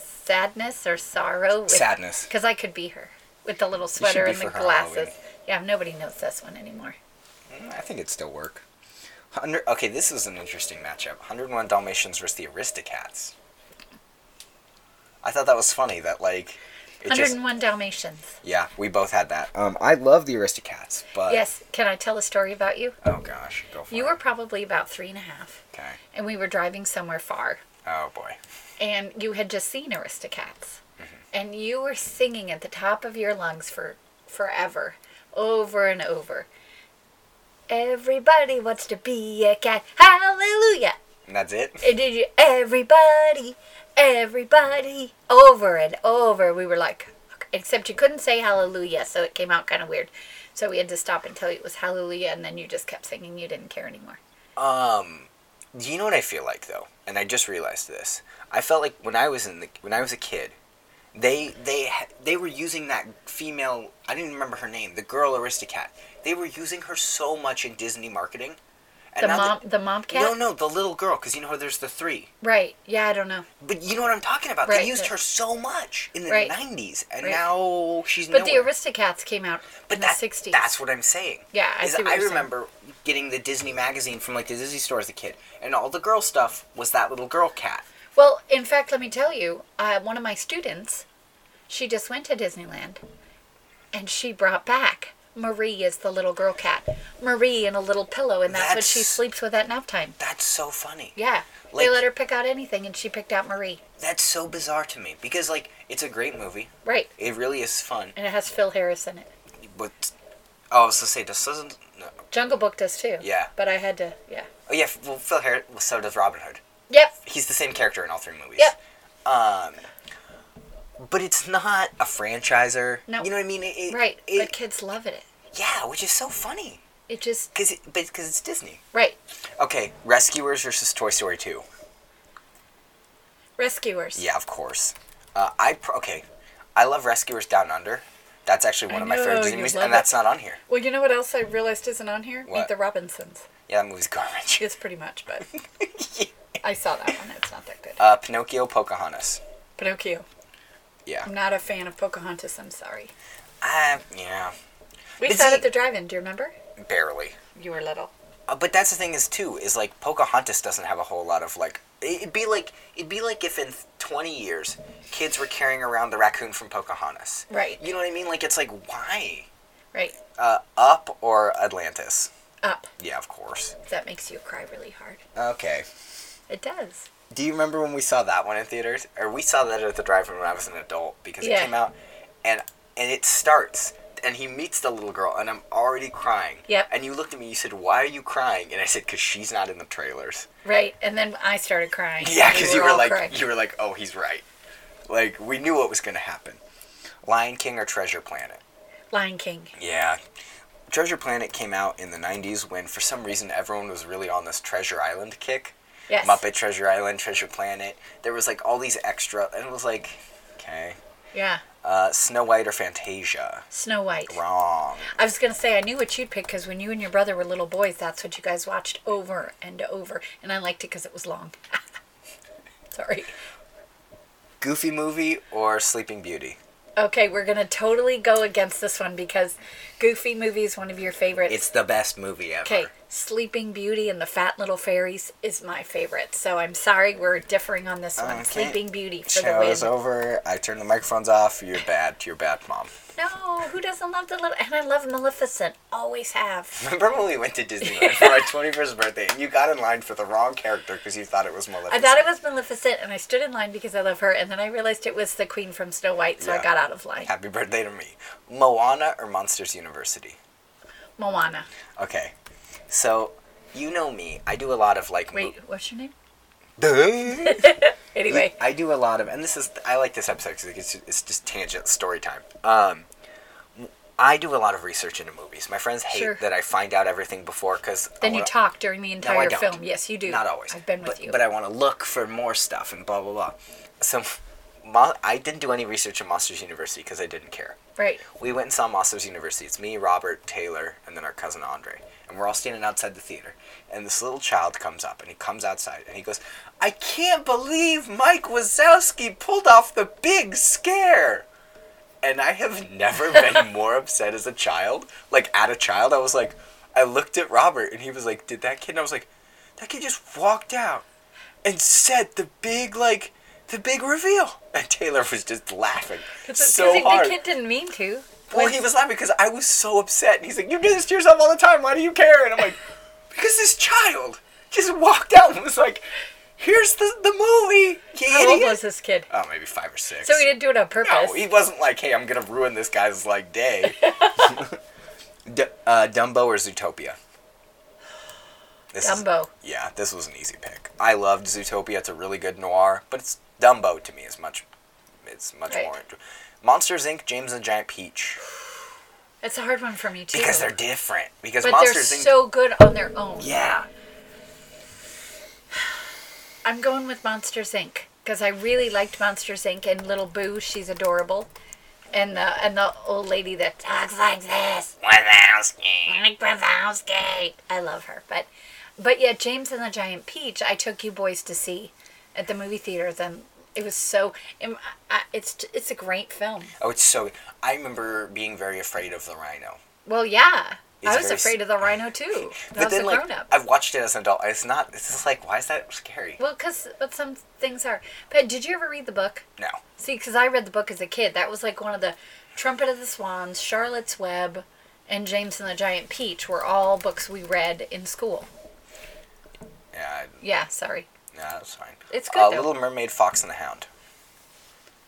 Speaker 2: sadness or sorrow?
Speaker 1: Sadness.
Speaker 2: Because I could be her with the little
Speaker 1: should
Speaker 2: sweater
Speaker 1: be
Speaker 2: and the
Speaker 1: for
Speaker 2: glasses.
Speaker 1: Halloween.
Speaker 2: Yeah, nobody knows this one anymore.
Speaker 1: I think it'd still work. 100, okay, this is an interesting matchup. 101 Dalmatians versus the Aristocats. I thought that was funny that, like, it just.
Speaker 2: 101 Dalmatians.
Speaker 1: Yeah, we both had that. Um, I love the Aristocats, but.
Speaker 2: Yes. Can I tell a story about you?
Speaker 1: Oh, gosh. Go for
Speaker 2: You
Speaker 1: it.
Speaker 2: were probably about three and a half,
Speaker 1: Okay.
Speaker 2: and we were driving somewhere far,
Speaker 1: Oh, boy.
Speaker 2: and you had just seen Aristocats,
Speaker 1: Mm-hmm.
Speaker 2: and you were singing at the top of your lungs for forever, over and over. Everybody wants to be a cat. Hallelujah.
Speaker 1: And that's it.
Speaker 2: And did you, everybody, everybody, over and over. We were like, except you couldn't say hallelujah, so it came out kind of weird. So we had to stop and tell you it was hallelujah, and then you just kept singing. You didn't care anymore.
Speaker 1: Um, do you know what I feel like though? And I just realized this. I felt like when I was in the when I was a kid, they they ha- they were using that female. I didn't remember her name. The girl Aristocat. They were using her so much in Disney marketing.
Speaker 2: The
Speaker 1: now
Speaker 2: mom,
Speaker 1: that-
Speaker 2: the mom cat.
Speaker 1: No, no, the little girl. Because you know how there's the three.
Speaker 2: Right? Yeah, I don't know.
Speaker 1: But you know what I'm talking about.
Speaker 2: Right,
Speaker 1: they used
Speaker 2: the-
Speaker 1: her so much in the
Speaker 2: Right.
Speaker 1: 90s, and
Speaker 2: Right.
Speaker 1: now she's
Speaker 2: But
Speaker 1: nowhere.
Speaker 2: the Aristocats came out
Speaker 1: But
Speaker 2: in
Speaker 1: that-
Speaker 2: the '60s.
Speaker 1: That's what I'm saying.
Speaker 2: Yeah, I
Speaker 1: Is
Speaker 2: see what
Speaker 1: I
Speaker 2: you're saying.
Speaker 1: remember getting the Disney magazine from like the Disney store as a kid, and all the girl stuff was that little girl cat.
Speaker 2: Well, in fact, let me tell you, uh, one of my students, she just went to Disneyland, and she brought back Marie is the little girl cat. Marie in a little pillow, and that's, what she
Speaker 1: That's-
Speaker 2: sleeps with at naptime.
Speaker 1: That's so funny.
Speaker 2: Yeah,
Speaker 1: Like-
Speaker 2: they let her pick out anything, and she picked out Marie.
Speaker 1: That's so bizarre to me because like it's a great movie.
Speaker 2: Right,
Speaker 1: It really is fun.
Speaker 2: and it has Phil Harris in it.
Speaker 1: But oh, I was gonna say this doesn't. No.
Speaker 2: Jungle Book does too.
Speaker 1: Yeah.
Speaker 2: but I had to. Yeah.
Speaker 1: Oh yeah, well Phil Harris. Well, so does Robin Hood.
Speaker 2: Yep.
Speaker 1: He's the same character in all three movies.
Speaker 2: Yep.
Speaker 1: Um, but it's not a franchiser.
Speaker 2: No.
Speaker 1: You know what I mean? It, it-
Speaker 2: Right.
Speaker 1: It,
Speaker 2: but kids love it.
Speaker 1: yeah, which is so funny.
Speaker 2: It just
Speaker 1: Cause it, but because it's Disney.
Speaker 2: right.
Speaker 1: Okay, Rescuers versus Toy Story Two.
Speaker 2: Rescuers.
Speaker 1: Yeah, of course. Uh, I pr- okay. I love Rescuers Down Under. That's actually
Speaker 2: I
Speaker 1: one of my favorite
Speaker 2: know,
Speaker 1: Disney
Speaker 2: you
Speaker 1: movies,
Speaker 2: love
Speaker 1: and that's
Speaker 2: it.
Speaker 1: not on here.
Speaker 2: Well, you know what else I realized isn't on here?
Speaker 1: What?
Speaker 2: Meet the Robinsons.
Speaker 1: Yeah, that movie's garbage.
Speaker 2: It's pretty much, but I saw that one. It's not that good.
Speaker 1: Uh, Pinocchio, Pocahontas.
Speaker 2: Pinocchio.
Speaker 1: Yeah.
Speaker 2: I'm not a fan of Pocahontas. I'm sorry.
Speaker 1: Uh, yeah,
Speaker 2: We
Speaker 1: But
Speaker 2: saw it
Speaker 1: see-
Speaker 2: at the drive-in. Do you remember?
Speaker 1: barely.
Speaker 2: You were little.
Speaker 1: Uh, but that's the thing is too is like Pocahontas doesn't have a whole lot of like. It'd be like it'd be like if in twenty years kids were carrying around the raccoon from Pocahontas.
Speaker 2: Right.
Speaker 1: You know what I mean? Like it's like why
Speaker 2: Right.
Speaker 1: uh, Up or Atlantis?
Speaker 2: Up.
Speaker 1: Yeah, of course.
Speaker 2: That makes you cry really hard.
Speaker 1: Okay.
Speaker 2: It does.
Speaker 1: Do you remember when we saw that one in theaters? Or we saw that at the drive-in when I was an adult because
Speaker 2: Yeah.
Speaker 1: it came out, and and it starts and he meets the little girl and I'm already crying.
Speaker 2: Yep.
Speaker 1: And you looked at me. You said, "Why are you crying?" And I said, "Cause she's not in the trailers."
Speaker 2: Right. And then I started crying.
Speaker 1: Yeah, because you were
Speaker 2: all
Speaker 1: like,
Speaker 2: crying.
Speaker 1: you were like, "Oh, he's right." Like we knew what was gonna happen. Lion King or Treasure Planet?
Speaker 2: Lion King.
Speaker 1: Yeah. Treasure Planet came out in the 90s when, for some reason, everyone was really on this Treasure Island kick.
Speaker 2: Yes.
Speaker 1: Muppet Treasure Island, Treasure Planet. There was like all these extra, and it was like, okay.
Speaker 2: Yeah.
Speaker 1: Uh, Snow White or Fantasia?
Speaker 2: Snow White.
Speaker 1: Wrong.
Speaker 2: I was gonna say I knew what you'd pick because when you and your brother were little boys, that's what you guys watched over and over, and I liked it because it was long. Sorry.
Speaker 1: Goofy Movie or Sleeping Beauty?
Speaker 2: Okay, we're gonna totally go against this one because Goofy movie is one of your favorites.
Speaker 1: It's the best movie ever.
Speaker 2: okay, Sleeping Beauty and the Fat Little Fairies is my favorite. So I'm sorry we're differing on this one.
Speaker 1: Okay.
Speaker 2: Sleeping Beauty for the win.
Speaker 1: Show's over. I turned the microphones off. You're bad. You're bad, mom.
Speaker 2: No, who doesn't love the little? And I love Maleficent. Always have.
Speaker 1: Remember when we went to Disneyland for my 21st birthday and you got in line for the wrong character because you thought it was Maleficent?
Speaker 2: I thought it was Maleficent, and I stood in line because I love her, and then I realized it was the Queen from Snow White, so
Speaker 1: Yeah.
Speaker 2: I got out of line.
Speaker 1: Happy birthday to me. Moana or Monsters University?
Speaker 2: Moana.
Speaker 1: Okay. So, you know me. I do a lot of like.
Speaker 2: Wait, what's your name?
Speaker 1: Duh.
Speaker 2: Anyway,
Speaker 1: I do a lot of, and this is I like this episode because it's, it's just tangent story time. Um, I do a lot of research into movies. My friends hate
Speaker 2: Sure.
Speaker 1: that I find out everything before because
Speaker 2: then you talk during the
Speaker 1: No,
Speaker 2: entire
Speaker 1: I don't.
Speaker 2: film. Yes, you do.
Speaker 1: Not always.
Speaker 2: I've been with
Speaker 1: but,
Speaker 2: you.
Speaker 1: But I want to look for more stuff and blah blah blah. So, Mo- I didn't do any research in Monsters University because I didn't care.
Speaker 2: right.
Speaker 1: We went and saw Monsters University. It's me, Robert, Taylor, and then our cousin Andre. And we're all standing outside the theater. And this little child comes up and he comes outside and he goes, I can't believe Mike Wazowski pulled off the big scare. And I have never been more upset as a child. Like, at a child, I was like, I looked at Robert and he was like, Did that kid? And I was like, That kid just walked out and said the big, like, the big reveal. And Taylor was just laughing. so
Speaker 2: the,
Speaker 1: hard.
Speaker 2: the kid didn't mean to.
Speaker 1: Well, he was laughing because I was so upset. And he's like, You do this to yourself all the time. Why do you care? And I'm like, Because this child just walked out and was like, Here's the, the movie. You
Speaker 2: How old
Speaker 1: idiot.
Speaker 2: was this kid?
Speaker 1: Oh, maybe five or six.
Speaker 2: So he didn't do it on purpose.
Speaker 1: No, he wasn't like, Hey, I'm going to ruin this guy's like day. D- uh, Dumbo or Zootopia? This is-
Speaker 2: Dumbo.
Speaker 1: yeah, this was an easy pick. I loved Zootopia. It's a really good noir, but it's Dumbo to me is much, it's much
Speaker 2: Right.
Speaker 1: more. Into- Monsters Inc. James and the Giant Peach
Speaker 2: It's a hard one for me too.
Speaker 1: because they're different. Because
Speaker 2: but they're
Speaker 1: Monsters Inc.
Speaker 2: so good on their own.
Speaker 1: yeah,
Speaker 2: I'm going with Monsters Inc. because I really liked Monsters Inc. and Little Boo. She's adorable, and the and the old lady that talks like this,
Speaker 1: Wazowski.
Speaker 2: Mike Brzezowski. I love her, but but yeah, James and the Giant Peach. I took you boys to see at the movie theaters, and it was so. and I- I- It's it's a great film.
Speaker 1: Oh, it's so. I remember being very afraid of the rhino.
Speaker 2: Well, yeah.
Speaker 1: It's
Speaker 2: I was
Speaker 1: very s-
Speaker 2: afraid of the rhino too. when I was a
Speaker 1: like
Speaker 2: grown up.
Speaker 1: I've watched it as an adult, and it's not. It's just like why is that scary?
Speaker 2: Well, because but some things are. But did you ever read the book?
Speaker 1: No.
Speaker 2: See, because I read the book as a kid. That was like one of the Trumpet of the Swans, Charlotte's Web, and James and the Giant Peach were all books we read in school.
Speaker 1: Yeah, I-
Speaker 2: Yeah, sorry.
Speaker 1: no, that's fine.
Speaker 2: It's
Speaker 1: Uh,
Speaker 2: good, though.
Speaker 1: Little Mermaid, Fox and the Hound.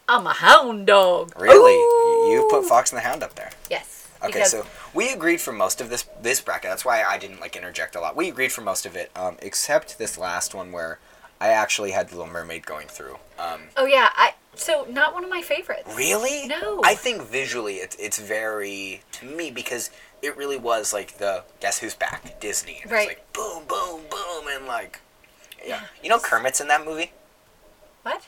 Speaker 2: I'm a hound dog.
Speaker 1: Really,
Speaker 2: Ooh.
Speaker 1: you put Fox and the Hound up there.
Speaker 2: Yes.
Speaker 1: Okay,
Speaker 2: because-
Speaker 1: so we agreed for most of this this bracket. That's why I didn't like interject a lot. We agreed for most of it, um, except this last one where I actually had Little Mermaid going through. Um,
Speaker 2: Oh yeah, I. So not one of my favorites.
Speaker 1: really?
Speaker 2: No.
Speaker 1: I think visually it's it's very to me because it really was like the Guess Who's Back Disney. And
Speaker 2: Right.
Speaker 1: It's like boom, boom, boom, and like yeah. You know Kermit's in that movie.
Speaker 2: What?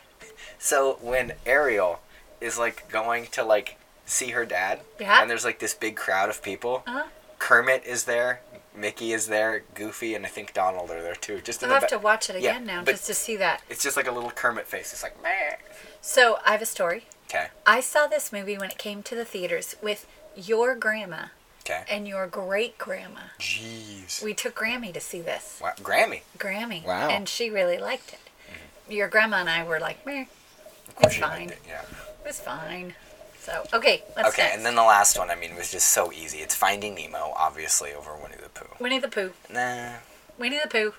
Speaker 1: So when Ariel is like going to like see her dad,
Speaker 2: Yeah. Uh-huh.
Speaker 1: and there's like this big crowd of people.
Speaker 2: Huh?
Speaker 1: Kermit is there, Mickey is there, Goofy, and I think Donald are there too. Just in
Speaker 2: I'll
Speaker 1: the
Speaker 2: have
Speaker 1: ba-
Speaker 2: to watch it
Speaker 1: Yeah,
Speaker 2: again now
Speaker 1: but-
Speaker 2: just to see that.
Speaker 1: It's just like a little Kermit face. It's like meh.
Speaker 2: So I have a story.
Speaker 1: Okay.
Speaker 2: I saw this movie when it came to the theaters with your grandma
Speaker 1: Okay.
Speaker 2: and your great grandma.
Speaker 1: Jeez.
Speaker 2: We took Grammy to see this.
Speaker 1: Wow. Grammy.
Speaker 2: Grammy.
Speaker 1: Wow. Mm-hmm.
Speaker 2: And she really liked it. Your grandma and I were like, meh,
Speaker 1: Of
Speaker 2: it's
Speaker 1: she liked
Speaker 2: fine.
Speaker 1: it, Yeah.
Speaker 2: It was fine. So, okay, let's
Speaker 1: okay,
Speaker 2: next.
Speaker 1: and then the last one. I mean, was just so easy. It's Finding Nemo, obviously, over Winnie the Pooh.
Speaker 2: Winnie the Pooh.
Speaker 1: Nah. Eh.
Speaker 2: Winnie the Pooh.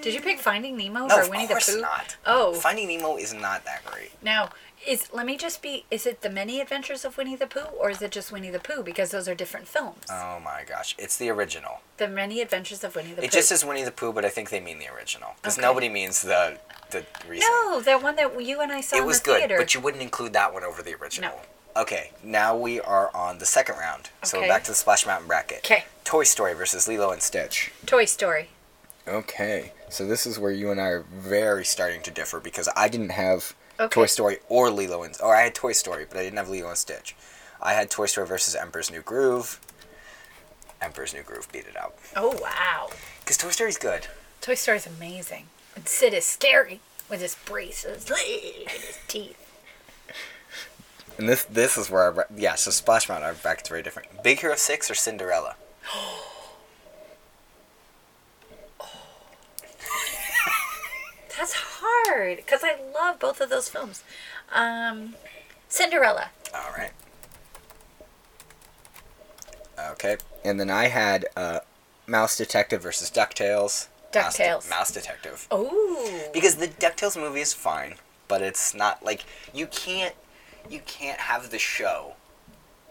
Speaker 2: Did you pick Finding Nemo
Speaker 1: No,
Speaker 2: or
Speaker 1: of
Speaker 2: Winnie the
Speaker 1: course
Speaker 2: Pooh?
Speaker 1: not.
Speaker 2: Oh.
Speaker 1: Finding Nemo is not that great.
Speaker 2: Now, is let me just be is it the many adventures of Winnie the Pooh or is it just Winnie the Pooh? Because those are different films.
Speaker 1: Oh my gosh, it's the original.
Speaker 2: the many adventures of Winnie the
Speaker 1: It
Speaker 2: Pooh.
Speaker 1: just is Winnie the Pooh, but I think they mean the original because
Speaker 2: Okay.
Speaker 1: nobody means the the recent.
Speaker 2: no, that one that you and I saw
Speaker 1: it
Speaker 2: in
Speaker 1: was
Speaker 2: the
Speaker 1: good,
Speaker 2: theater.
Speaker 1: but you wouldn't include that one over the original. Okay, now we are on the second round. So
Speaker 2: Okay.
Speaker 1: back to the Splash Mountain bracket.
Speaker 2: 'Kay.
Speaker 1: Toy Story versus Lilo and Stitch.
Speaker 2: Toy Story.
Speaker 1: Okay, so this is where you and I are very starting to differ because I didn't have
Speaker 2: Okay.
Speaker 1: Toy Story or Lilo and or I had Toy Story, but I didn't have Lilo and Stitch. I had Toy Story versus Emperor's New Groove. Emperor's New Groove beat it out
Speaker 2: Oh wow.
Speaker 1: because Toy Story's good.
Speaker 2: Toy Story's amazing. And Sid is scary with his braces and his teeth.
Speaker 1: And this this is where I re- yeah, so Splash Mountain I back it's very different. Big Hero Six or Cinderella?
Speaker 2: That's hard because I love both of those films. Um, Cinderella.
Speaker 1: All right. Okay, and then I had uh, Mouse Detective versus Ducktales. Mouse De-
Speaker 2: DuckTales.
Speaker 1: Mouse Detective.
Speaker 2: Oh.
Speaker 1: Because the Ducktales movie is fine, but it's not like you can't you can't have the show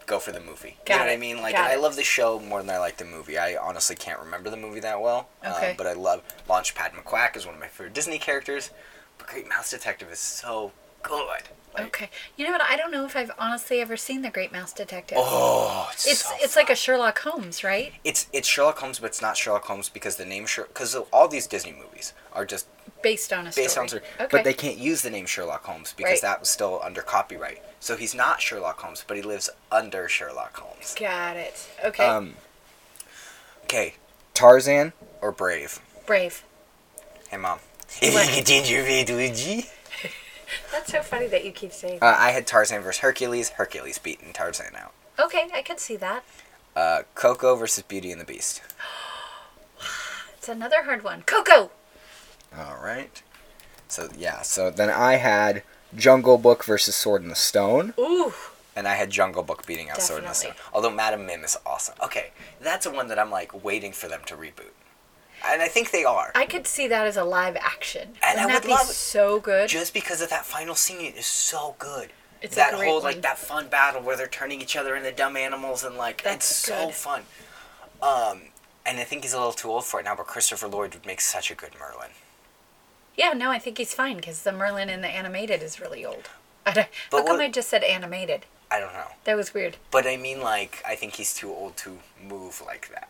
Speaker 1: go for the movie. you
Speaker 2: Got
Speaker 1: know what I
Speaker 2: it,
Speaker 1: mean? Like
Speaker 2: got
Speaker 1: I
Speaker 2: it.
Speaker 1: love the show more than I like the movie. I honestly can't remember the movie that well. um,
Speaker 2: Okay.
Speaker 1: but I love Launchpad McQuack is one of my favorite Disney characters. But Great Mouse Detective is so good. Like,
Speaker 2: Okay. You know what? I don't know if I've honestly ever seen The Great Mouse Detective.
Speaker 1: Oh, it's
Speaker 2: it's
Speaker 1: so
Speaker 2: it's like a Sherlock Holmes, right?
Speaker 1: it's it's Sherlock Holmes, but it's not Sherlock Holmes because the name Sherlock because all these Disney movies are just
Speaker 2: Based on a story.
Speaker 1: based on story,
Speaker 2: Okay.
Speaker 1: but they can't use the name Sherlock Holmes because
Speaker 2: Right.
Speaker 1: that was still under copyright. So he's not Sherlock Holmes, but he lives under Sherlock Holmes.
Speaker 2: Got it. Okay.
Speaker 1: Um, okay, Tarzan or Brave?
Speaker 2: Brave.
Speaker 1: Hey, mom. If you could change your fate, would you?
Speaker 2: That's so funny that you keep saying.
Speaker 1: Uh, I had Tarzan versus Hercules. Hercules beating Tarzan out.
Speaker 2: okay, I can see that.
Speaker 1: Uh, Coco versus Beauty and the Beast.
Speaker 2: It's another hard one. Coco.
Speaker 1: All right. So yeah. So then I had Jungle Book versus Sword in the Stone.
Speaker 2: Ooh.
Speaker 1: and I had Jungle Book beating out Sword in the Stone.
Speaker 2: Definitely.
Speaker 1: Although Madam Mim is awesome. Okay, that's the one that I'm like waiting for them to reboot, and I think they are.
Speaker 2: I could see that as a live action.
Speaker 1: And I would
Speaker 2: Wouldn't that be
Speaker 1: love it.
Speaker 2: so good?
Speaker 1: Just because of that final scene, it is so good.
Speaker 2: It's a
Speaker 1: that
Speaker 2: great
Speaker 1: whole
Speaker 2: one.
Speaker 1: like that fun battle where they're turning each other into dumb animals and like
Speaker 2: That's
Speaker 1: it's so
Speaker 2: good.
Speaker 1: fun. Um, And I think he's a little too old for it now, but Christopher Lloyd would make such a good Merlin.
Speaker 2: Yeah, no, I think he's fine because the Merlin in the animated is really old. I don't,
Speaker 1: But
Speaker 2: how come
Speaker 1: what-
Speaker 2: I just said animated?
Speaker 1: I don't know.
Speaker 2: That was weird.
Speaker 1: But I mean, like, I think he's too old to move like that.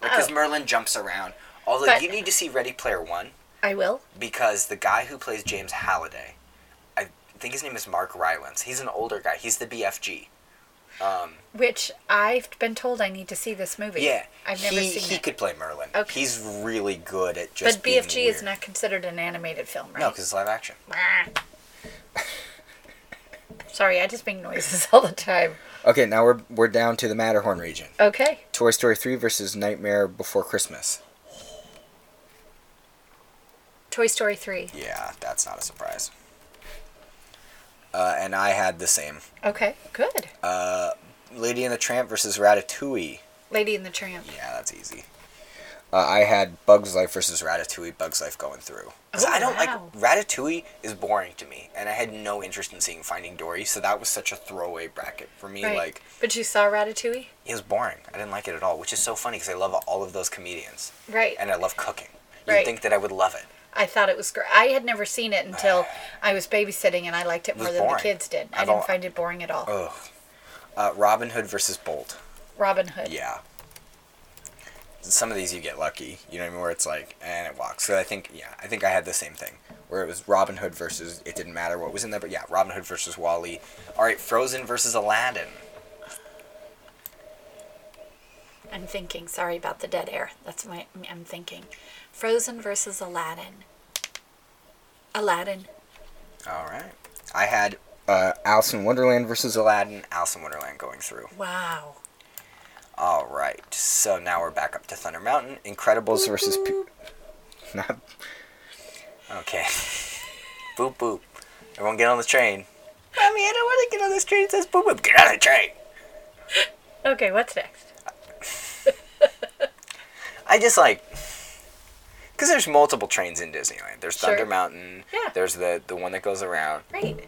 Speaker 1: Because
Speaker 2: Oh.
Speaker 1: Merlin jumps around. Although
Speaker 2: But-
Speaker 1: you need to see Ready Player One
Speaker 2: I will.
Speaker 1: because the guy who plays James Halliday, I think his name is Mark Rylance. He's an older guy. He's the BFG.
Speaker 2: Which I've been told I need to see this movie.
Speaker 1: Yeah,
Speaker 2: I've never
Speaker 1: he,
Speaker 2: seen
Speaker 1: he
Speaker 2: it.
Speaker 1: could play Merlin.
Speaker 2: Okay.
Speaker 1: He's really good at just.
Speaker 2: but
Speaker 1: being
Speaker 2: BFG
Speaker 1: weird.
Speaker 2: is not considered an animated film, right?
Speaker 1: No, because it's live action.
Speaker 2: Sorry, I just make noises all the time.
Speaker 1: Okay, now we're we're down to the Matterhorn region.
Speaker 2: Okay.
Speaker 1: Toy Story three versus Nightmare Before Christmas.
Speaker 2: Toy Story 3.
Speaker 1: Yeah, that's not a surprise. Uh, and I had the same.
Speaker 2: Okay, good.
Speaker 1: Uh, Lady and the Tramp versus Ratatouille.
Speaker 2: Lady and the Tramp.
Speaker 1: Yeah, that's easy. Uh, I had Bugs Life versus Ratatouille. Bugs Life going through. 'Cause
Speaker 2: Oh,
Speaker 1: I don't
Speaker 2: wow.
Speaker 1: like Ratatouille is boring to me, and I had no interest in seeing Finding Dory, so that was such a throwaway bracket for me.
Speaker 2: Right.
Speaker 1: Like
Speaker 2: but you saw Ratatouille?
Speaker 1: it was boring. I didn't like it at all, which is so funny because I love all of those comedians,
Speaker 2: Right.
Speaker 1: and I love cooking. You'd
Speaker 2: Right.
Speaker 1: think that I would love it.
Speaker 2: I thought it was great. I had never seen it until I was babysitting, and I liked it
Speaker 1: was
Speaker 2: more than the
Speaker 1: boring. Oh.
Speaker 2: kids did. I
Speaker 1: I've
Speaker 2: didn't
Speaker 1: al-
Speaker 2: find it boring at all.
Speaker 1: Ugh. Uh, Robin Hood versus Bolt.
Speaker 2: Robin Hood.
Speaker 1: Yeah. Some of these you get lucky, you know what I mean, where it's like, and it walks. So I think, yeah, I think I had the same thing, where it was Robin Hood versus, it didn't matter what was in there, but yeah, Robin Hood versus Wally. All right, Frozen versus Aladdin.
Speaker 2: I'm thinking. Sorry about the dead air. That's my. I'm thinking. Frozen versus Aladdin. Aladdin.
Speaker 1: All right. I had uh, Alice in Wonderland versus Aladdin, Alice in Wonderland going through.
Speaker 2: Wow.
Speaker 1: All right, so now we're back up to Thunder Mountain. Incredibles versus. P- Not. Okay. boop boop. Everyone get on the train. Mommy, I don't want to get on this train. It says boop boop. Get on the train.
Speaker 2: Okay, what's next?
Speaker 1: I just like. Because there's multiple trains in Disneyland. There's
Speaker 2: Sure.
Speaker 1: Thunder Mountain.
Speaker 2: Yeah.
Speaker 1: There's the, the one that goes around.
Speaker 2: Right.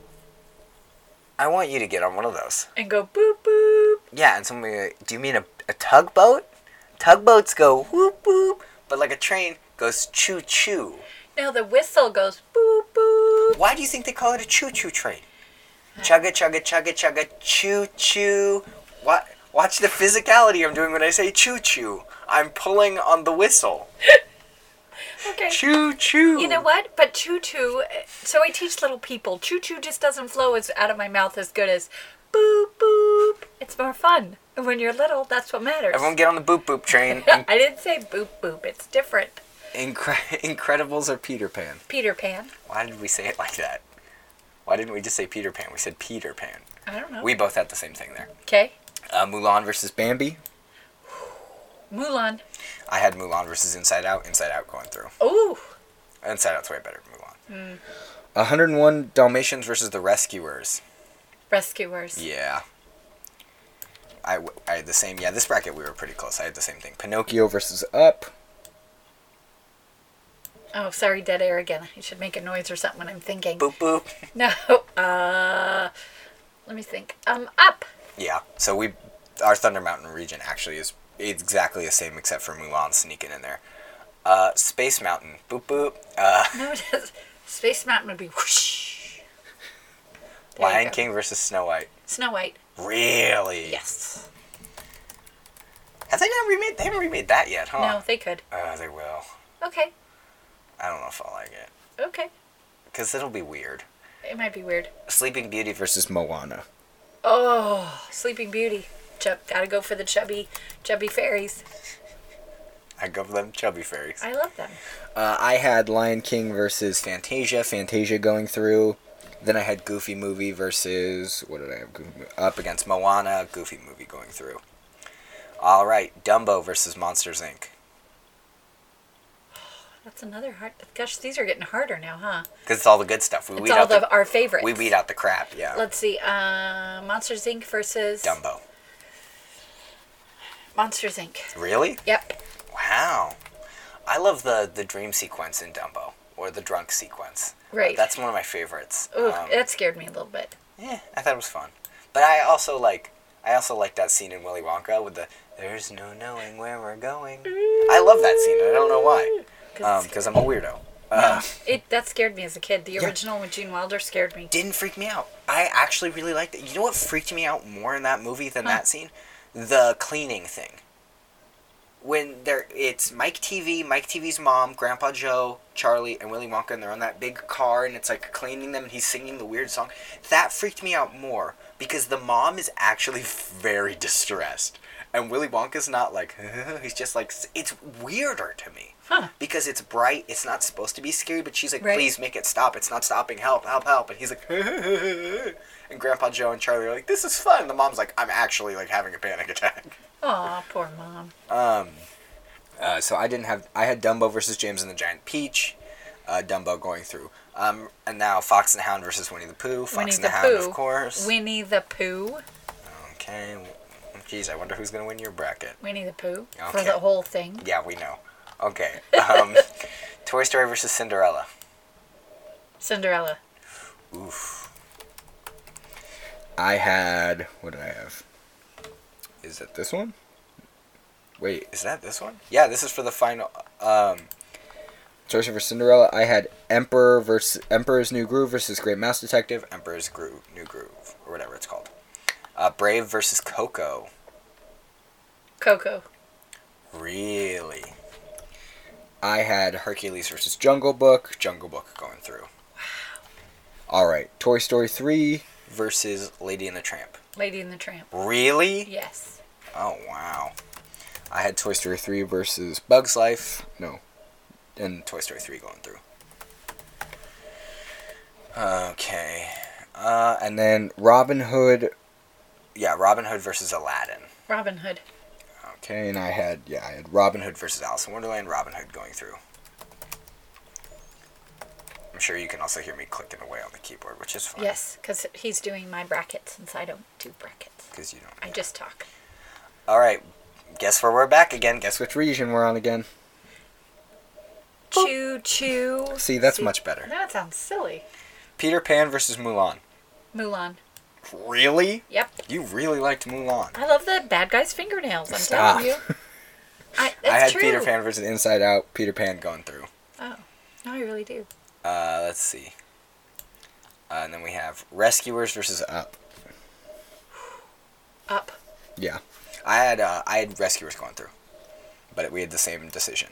Speaker 1: I want you to get on one of those.
Speaker 2: And go boop boop.
Speaker 1: Yeah, and somebody, like, do you mean a, a tugboat? Tugboats go whoop whoop, but like a train goes choo choo.
Speaker 2: Now the whistle goes boop boop.
Speaker 1: Why do you think they call it a choo-choo train? Chugga chugga chugga chugga choo choo. What? Watch the physicality I'm doing when I say choo choo. I'm pulling on the whistle.
Speaker 2: Okay.
Speaker 1: Choo choo.
Speaker 2: You know what? But choo choo. So I teach little people. Choo choo just doesn't flow as out of my mouth as good as boop boop. It's more fun. And when you're little, that's what matters.
Speaker 1: Everyone get on the boop boop train. In-
Speaker 2: I didn't say boop boop. It's different.
Speaker 1: Incre- Incredibles or Peter Pan?
Speaker 2: Peter Pan.
Speaker 1: Why did we say it like that? Why didn't we just say Peter Pan? We said Peter Pan.
Speaker 2: I don't know.
Speaker 1: We both had the same thing there.
Speaker 2: okay.
Speaker 1: Uh, Mulan versus Bambi.
Speaker 2: Mulan.
Speaker 1: I had Mulan versus Inside Out. Inside Out going through.
Speaker 2: Oh.
Speaker 1: Inside Out's way better than Mulan. 101 Dalmatians versus the Rescuers.
Speaker 2: Rescuers.
Speaker 1: Yeah. I, w- I had the same. Yeah, this bracket we were pretty close. I had the same thing. Pinocchio versus Up.
Speaker 2: Oh, sorry, dead air again. I should make a noise or something when I'm thinking.
Speaker 1: Boop boop.
Speaker 2: No. Uh, let me think. Um, up.
Speaker 1: Yeah. So we, our Thunder Mountain region actually is exactly the same except for Mulan sneaking in there. Uh, Space Mountain. Boop boop. Uh,
Speaker 2: No, it is. Space Mountain would be whoosh. There you
Speaker 1: Lion
Speaker 2: go.
Speaker 1: King versus Snow White.
Speaker 2: Snow White.
Speaker 1: Really?
Speaker 2: Yes.
Speaker 1: Have they not remade? They haven't remade that yet, huh?
Speaker 2: No, they could.
Speaker 1: Oh, they will.
Speaker 2: Okay.
Speaker 1: I don't know if I'll like it
Speaker 2: Okay.
Speaker 1: because it'll be weird.
Speaker 2: It might be weird.
Speaker 1: Sleeping Beauty versus Moana.
Speaker 2: Oh, Sleeping Beauty. Chub, gotta go for the chubby, chubby fairies.
Speaker 1: I go for them chubby fairies.
Speaker 2: I love them.
Speaker 1: Uh, I had Lion King versus Fantasia. Fantasia going through. Then I had Goofy movie versus what did I have? Goofy Mo- up against Moana. Goofy movie going through. All right, Dumbo versus Monsters Inc.
Speaker 2: That's another hard. Gosh, these are getting harder now, huh?
Speaker 1: Because it's all the good stuff. We
Speaker 2: It's
Speaker 1: weed
Speaker 2: all
Speaker 1: out
Speaker 2: the,
Speaker 1: the,
Speaker 2: our favorites.
Speaker 1: we weed out the crap. Yeah.
Speaker 2: Let's see. Uh, Monsters Inc. versus
Speaker 1: Dumbo.
Speaker 2: Monsters Inc.
Speaker 1: Really?
Speaker 2: Yep.
Speaker 1: Wow. I love the the dream sequence in Dumbo or the drunk sequence.
Speaker 2: Right.
Speaker 1: That's one of my favorites.
Speaker 2: Ooh,
Speaker 1: Um,
Speaker 2: that scared me a little bit.
Speaker 1: Yeah, I thought it was fun. But I also like I also like that scene in Willy Wonka with the There's no knowing where we're going. I love that scene. and I don't know why.
Speaker 2: Cause it's-
Speaker 1: Because I'm a weirdo. Uh,
Speaker 2: it that scared me as a kid. The
Speaker 1: Yeah.
Speaker 2: original with Gene Wilder scared me.
Speaker 1: didn't freak me out. I actually really liked it. You know what freaked me out more in that movie than that scene? The cleaning thing. When they're it's Mike TV, Mike TV's mom, Grandpa Joe, Charlie, and Willy Wonka, and they're on that big car, and it's like cleaning them, and he's singing the weird song. That freaked me out more because the mom is actually very distressed, and Willy Wonka's not like he's just like it's weirder to me
Speaker 2: Huh.
Speaker 1: because it's bright. It's not supposed to be scary, but she's like,
Speaker 2: Right.
Speaker 1: please make it stop. It's not stopping. Help, help, help. And he's like, and Grandpa Joe and Charlie are like, this is fun. And the mom's like, I'm actually like having a panic attack.
Speaker 2: Aw, poor mom.
Speaker 1: Um, uh, so I didn't have, I had Dumbo versus James and the Giant Peach, uh, Dumbo going through. Um, and now Fox and the Hound versus Winnie the Pooh. Fox
Speaker 2: Winnie
Speaker 1: and
Speaker 2: the
Speaker 1: the, Hound,
Speaker 2: Pooh.
Speaker 1: of course.
Speaker 2: Winnie the Pooh.
Speaker 1: okay. Geez, I wonder who's going to win your bracket.
Speaker 2: Winnie the Pooh for
Speaker 1: Okay.
Speaker 2: the whole thing.
Speaker 1: Yeah, we know. Okay. Um, Toy Story versus Cinderella.
Speaker 2: Cinderella.
Speaker 1: Oof. I had. What did I have? Is it this one? Wait, is that this one? Yeah, this is for the final. Um, Sorcerer for Cinderella. I had Emperor versus Emperor's New Groove versus Great Mouse Detective. Emperor's Groove, New Groove, or whatever it's called. Uh, Brave versus Coco.
Speaker 2: Coco.
Speaker 1: Really. I had Hercules versus Jungle Book. Jungle Book going through. Wow. All right, Toy Story three versus Lady and the Tramp.
Speaker 2: Lady and the Tramp.
Speaker 1: Really?
Speaker 2: Yes.
Speaker 1: Oh wow. I had Toy Story 3 versus Bugs Life. No. And Toy Story 3 going through. Okay. Uh, and then Robin Hood. Yeah, Robin Hood versus Aladdin.
Speaker 2: Robin Hood.
Speaker 1: Okay, and I had yeah, I had Robin Hood versus Alice in Wonderland, Robin Hood going through. I'm sure you can also hear me clicking away on the keyboard, which is fine.
Speaker 2: Yes, because he's doing my brackets since I don't do brackets.
Speaker 1: Because you don't.
Speaker 2: I just talk.
Speaker 1: All right. Guess where we're back again. Guess which region we're on again.
Speaker 2: Choo choo.
Speaker 1: See, that's much better.
Speaker 2: That Oh. sounds silly.
Speaker 1: Peter Pan versus Mulan.
Speaker 2: Mulan.
Speaker 1: Really?
Speaker 2: Yep.
Speaker 1: You really liked Mulan.
Speaker 2: I love the bad guy's fingernails. I'm
Speaker 1: Stop.
Speaker 2: telling you. I, that's
Speaker 1: I had
Speaker 2: true.
Speaker 1: Peter Pan versus Inside Out. Peter Pan going through.
Speaker 2: Oh, no, I really do.
Speaker 1: Uh, let's see. Uh, and then we have Rescuers versus Up.
Speaker 2: Up.
Speaker 1: Yeah. I had uh, I had Rescuers going through, but we had the same decision.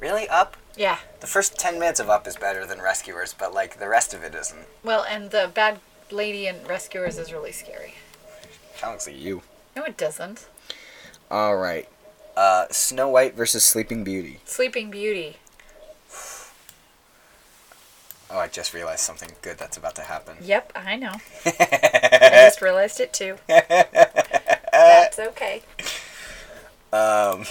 Speaker 1: Really, Up?
Speaker 2: Yeah.
Speaker 1: The first ten minutes of Up is better than Rescuers, but like the rest of it isn't.
Speaker 2: Well, and the bad lady and rescuers is really scary.
Speaker 1: Sounds like you.
Speaker 2: No, it doesn't.
Speaker 1: All right. Uh, Snow White versus Sleeping Beauty.
Speaker 2: Sleeping Beauty.
Speaker 1: Oh, I just realized something good that's about to happen.
Speaker 2: Yep, I know. I just realized it too. That's okay.
Speaker 1: Um,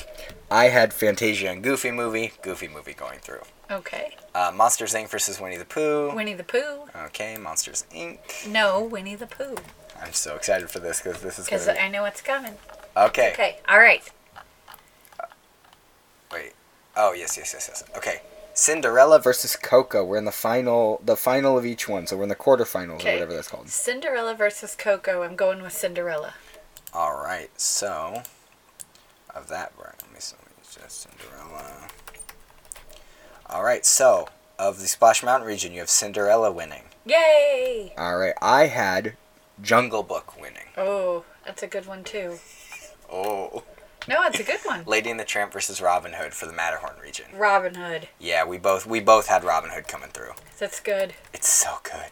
Speaker 1: I had Fantasia and Goofy movie, Goofy movie going through.
Speaker 2: Okay.
Speaker 1: Uh, Monsters Inc. versus Winnie the Pooh.
Speaker 2: Winnie the Pooh.
Speaker 1: Okay, Monsters Inc.
Speaker 2: No, Winnie the Pooh.
Speaker 1: I'm so excited for this because this is
Speaker 2: Because
Speaker 1: gonna.
Speaker 2: I know what's coming.
Speaker 1: Be... Okay.
Speaker 2: Okay, all right.
Speaker 1: Wait. Oh yes, yes, yes, yes. Okay. Cinderella versus Coco. We're in the final, the final of each one. So we're in the quarterfinals
Speaker 2: Okay.
Speaker 1: or whatever that's called.
Speaker 2: Cinderella versus Coco. I'm going with Cinderella.
Speaker 1: All right. So, of that, right, let me see. let me Just Cinderella. All right. So, of the Splash Mountain region, you have Cinderella winning.
Speaker 2: Yay!
Speaker 1: All right. I had Jungle Book winning.
Speaker 2: Oh, that's a good one too.
Speaker 1: Oh.
Speaker 2: No, it's a good one.
Speaker 1: Lady and the Tramp versus Robin Hood for the Matterhorn region.
Speaker 2: Robin Hood.
Speaker 1: Yeah, we both we both had Robin Hood coming through.
Speaker 2: That's good.
Speaker 1: It's so good.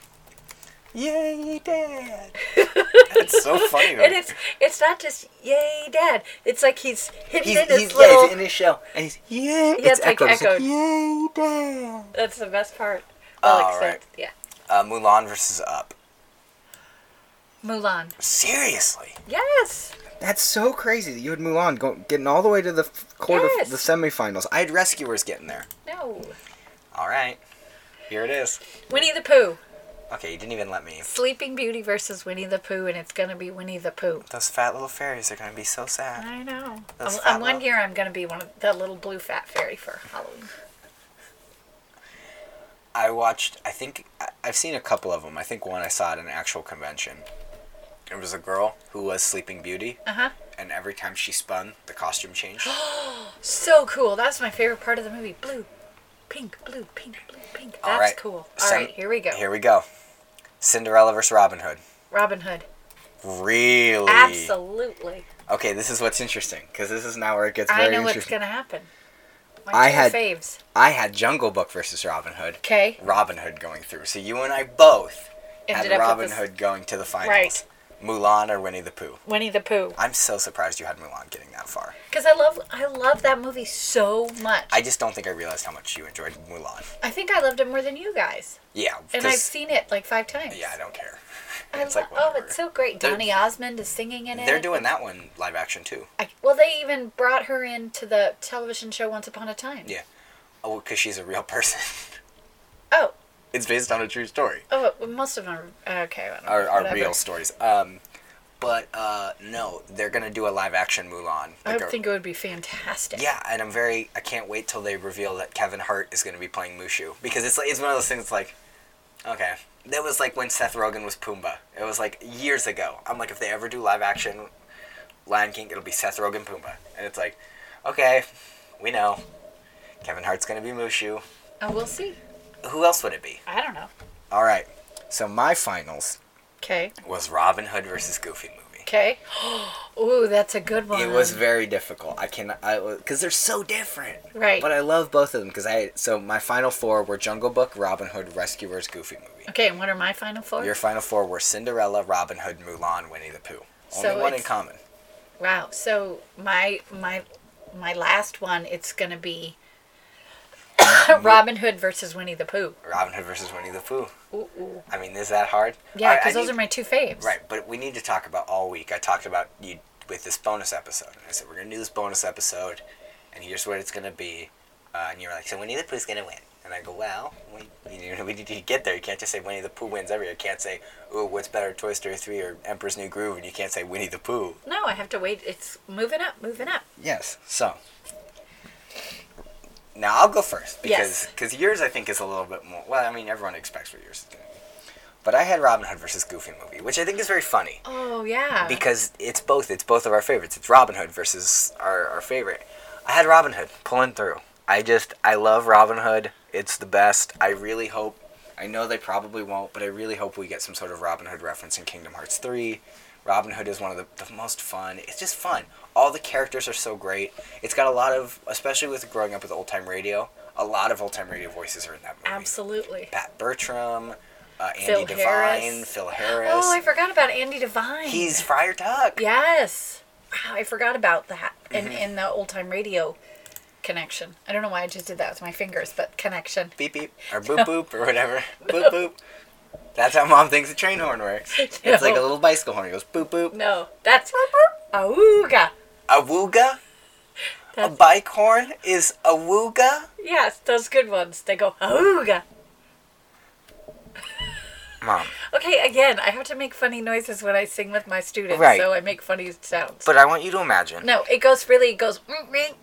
Speaker 1: Yay, Dad! it's so funny. to
Speaker 2: And
Speaker 1: me.
Speaker 2: it's it's not just yay, Dad. It's like he's hidden
Speaker 1: he's,
Speaker 2: in his
Speaker 1: he's, yeah,
Speaker 2: little.
Speaker 1: he's in his shell, and he's yay.
Speaker 2: Yeah, it's like
Speaker 1: echoed. It's
Speaker 2: echoed.
Speaker 1: yay, Dad!
Speaker 2: That's the best part.
Speaker 1: All
Speaker 2: Well, except yeah,
Speaker 1: Uh, Mulan versus Up.
Speaker 2: Mulan.
Speaker 1: Seriously,
Speaker 2: Yes.
Speaker 1: that's so crazy that you had Mulan go, getting all the way to the f- quarter,
Speaker 2: Yes.
Speaker 1: the semifinals. I had Rescuers getting there.
Speaker 2: No.
Speaker 1: All right, here it is.
Speaker 2: Winnie the Pooh.
Speaker 1: Okay, you didn't even let me.
Speaker 2: Sleeping Beauty versus Winnie the Pooh, and it's gonna be Winnie the Pooh.
Speaker 1: Those fat little fairies are gonna be so sad.
Speaker 2: I know.
Speaker 1: That's
Speaker 2: Um,
Speaker 1: fat
Speaker 2: um, one
Speaker 1: love.
Speaker 2: year I'm gonna be one of the little blue fat fairy for Halloween.
Speaker 1: I watched. I think I- I've seen a couple of them. I think one I saw at an actual convention. It was a girl who was Sleeping Beauty,
Speaker 2: Uh huh.
Speaker 1: and every time she spun, the costume changed.
Speaker 2: So cool. That's my favorite part of the movie. Blue, pink, blue, pink, blue, pink. That's
Speaker 1: right.
Speaker 2: cool. All right,
Speaker 1: Cin-
Speaker 2: here we go.
Speaker 1: Here we go. Cinderella versus Robin Hood.
Speaker 2: Robin Hood.
Speaker 1: Really?
Speaker 2: Absolutely.
Speaker 1: Okay, this is what's interesting because this is now where it gets very
Speaker 2: I know what's
Speaker 1: interesting.
Speaker 2: going to happen. My
Speaker 1: I
Speaker 2: two
Speaker 1: had-
Speaker 2: faves.
Speaker 1: I had Jungle Book versus Robin Hood.
Speaker 2: Okay.
Speaker 1: Robin Hood going through. So you and I both had
Speaker 2: Ended up with
Speaker 1: Robin
Speaker 2: this-
Speaker 1: Hood going to the finals.
Speaker 2: Right.
Speaker 1: Mulan or Winnie the Pooh.
Speaker 2: Winnie the Pooh.
Speaker 1: I'm so surprised you had Mulan getting that far.
Speaker 2: Because I love I love that movie so much.
Speaker 1: I just don't think I realized how much you enjoyed Mulan.
Speaker 2: I think I loved it more than you guys.
Speaker 1: Yeah.
Speaker 2: And I've
Speaker 1: 'cause-
Speaker 2: seen it like five times.
Speaker 1: Yeah, I don't care.
Speaker 2: I
Speaker 1: It's
Speaker 2: lo-
Speaker 1: like
Speaker 2: oh,
Speaker 1: whatever.
Speaker 2: it's so great.
Speaker 1: They're-
Speaker 2: Donny Osmond is singing in it.
Speaker 1: They're doing that one live action too.
Speaker 2: I, well, they even brought her into the television show Once Upon a Time.
Speaker 1: Yeah. Oh, because she's a real person.
Speaker 2: Oh,
Speaker 1: it's based on a true story.
Speaker 2: oh, well, most of them are okay. well,
Speaker 1: Are, are
Speaker 2: whatever.
Speaker 1: real stories. Um, but uh, no, they're gonna do a live action Mulan.
Speaker 2: I
Speaker 1: Like
Speaker 2: would
Speaker 1: a-
Speaker 2: think it would be fantastic.
Speaker 1: Yeah, and I'm very. I can't wait till they reveal that Kevin Hart is going to be playing Mushu because it's like it's one of those things like, okay, that was like when Seth Rogen was Pumbaa. It was like years ago. I'm like, if they ever do live action Lion King, it'll be Seth Rogen Pumbaa, and it's like, okay, we know Kevin Hart's going to be Mushu.
Speaker 2: Oh, we'll see.
Speaker 1: Who else would it be?
Speaker 2: I don't know.
Speaker 1: All right, so my finals
Speaker 2: Okay.
Speaker 1: was Robin Hood versus Goofy movie.
Speaker 2: Okay. Ooh, that's a good one.
Speaker 1: It was very difficult. I can I because they're so different.
Speaker 2: Right.
Speaker 1: But I love both of them because I so my final four were Jungle Book, Robin Hood, Rescuers, Goofy Movie.
Speaker 2: Okay, and what are my final four?
Speaker 1: Your final four were Cinderella, Robin Hood, Mulan, Winnie the Pooh. Only
Speaker 2: So
Speaker 1: one in
Speaker 2: it's-
Speaker 1: common.
Speaker 2: Wow. So my my my last one, it's gonna be
Speaker 1: Mm-hmm.
Speaker 2: Robin Hood versus Winnie the Pooh.
Speaker 1: Robin Hood versus Winnie the Pooh.
Speaker 2: Ooh, ooh.
Speaker 1: I mean, is that hard?
Speaker 2: Yeah,
Speaker 1: Alright, I
Speaker 2: because those
Speaker 1: need-
Speaker 2: are my two faves.
Speaker 1: Right, but we need to talk about all week. I talked about you with this bonus episode, and I said we're gonna do this bonus episode, and here's what it's gonna be. Uh, and you were like, so Winnie the Pooh's gonna win, and I go, well, we, you know, we need to get there. You can't just say Winnie the Pooh wins every year. You can't say, ooh, what's better, Toy Story three or Emperor's New Groove, and you can't say Winnie the Pooh.
Speaker 2: No, I have to wait. It's moving up, moving up.
Speaker 1: Yes. So. Now I'll go first because
Speaker 2: Yes.
Speaker 1: because yours I think is a little bit more. Well, I mean everyone expects what yours is gonna be, but I had Robin Hood versus Goofy movie, which I think is very funny.
Speaker 2: Oh yeah.
Speaker 1: because it's both. It's both of our favorites. It's Robin Hood versus our, our favorite. I had Robin Hood pulling through. I just I love Robin Hood. It's the best. I really hope. I know they probably won't, but I really hope we get some sort of Robin Hood reference in Kingdom Hearts three. Robin Hood is one of the, the most fun. It's just fun. All the characters are so great. It's got a lot of, especially with growing up with old time radio, a lot of old time radio voices are in that movie.
Speaker 2: Absolutely.
Speaker 1: Pat Bertram, uh, Andy
Speaker 2: Phil
Speaker 1: Devine,
Speaker 2: Harris.
Speaker 1: Phil Harris.
Speaker 2: Oh, I forgot about Andy Devine.
Speaker 1: He's Friar Tuck.
Speaker 2: yes. Wow, I forgot about that. And
Speaker 1: Mm-hmm.
Speaker 2: in the old time radio connection. I don't know why I just did that with my fingers, but connection.
Speaker 1: beep beep or boop boop or whatever. Boop boop. That's how mom thinks a train horn works. It's like a
Speaker 2: No.
Speaker 1: little bicycle horn. It goes boop boop.
Speaker 2: No, that's Awooga.
Speaker 1: A wooga? A
Speaker 2: That's-
Speaker 1: bike horn is a wooga?
Speaker 2: Yes, those good ones. They go Awooga.
Speaker 1: Mom.
Speaker 2: Okay, again, I have to make funny noises when I sing with my students,
Speaker 1: Right.
Speaker 2: so I make funny sounds.
Speaker 1: But I want you to imagine.
Speaker 2: no, it goes really. It goes. "Mm, mm."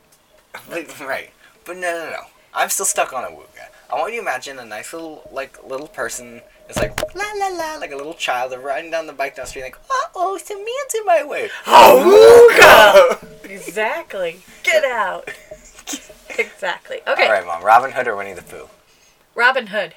Speaker 1: But- right. But no no no. I'm still stuck on a wooga. I want you to imagine a nice little like little person is like la la la like a little child they're riding down the bike down the street like uh oh some man's in my way.
Speaker 2: Awooga! Exactly. Get out. exactly. Okay.
Speaker 1: Alright mom, Robin Hood or Winnie the Pooh?
Speaker 2: Robin Hood.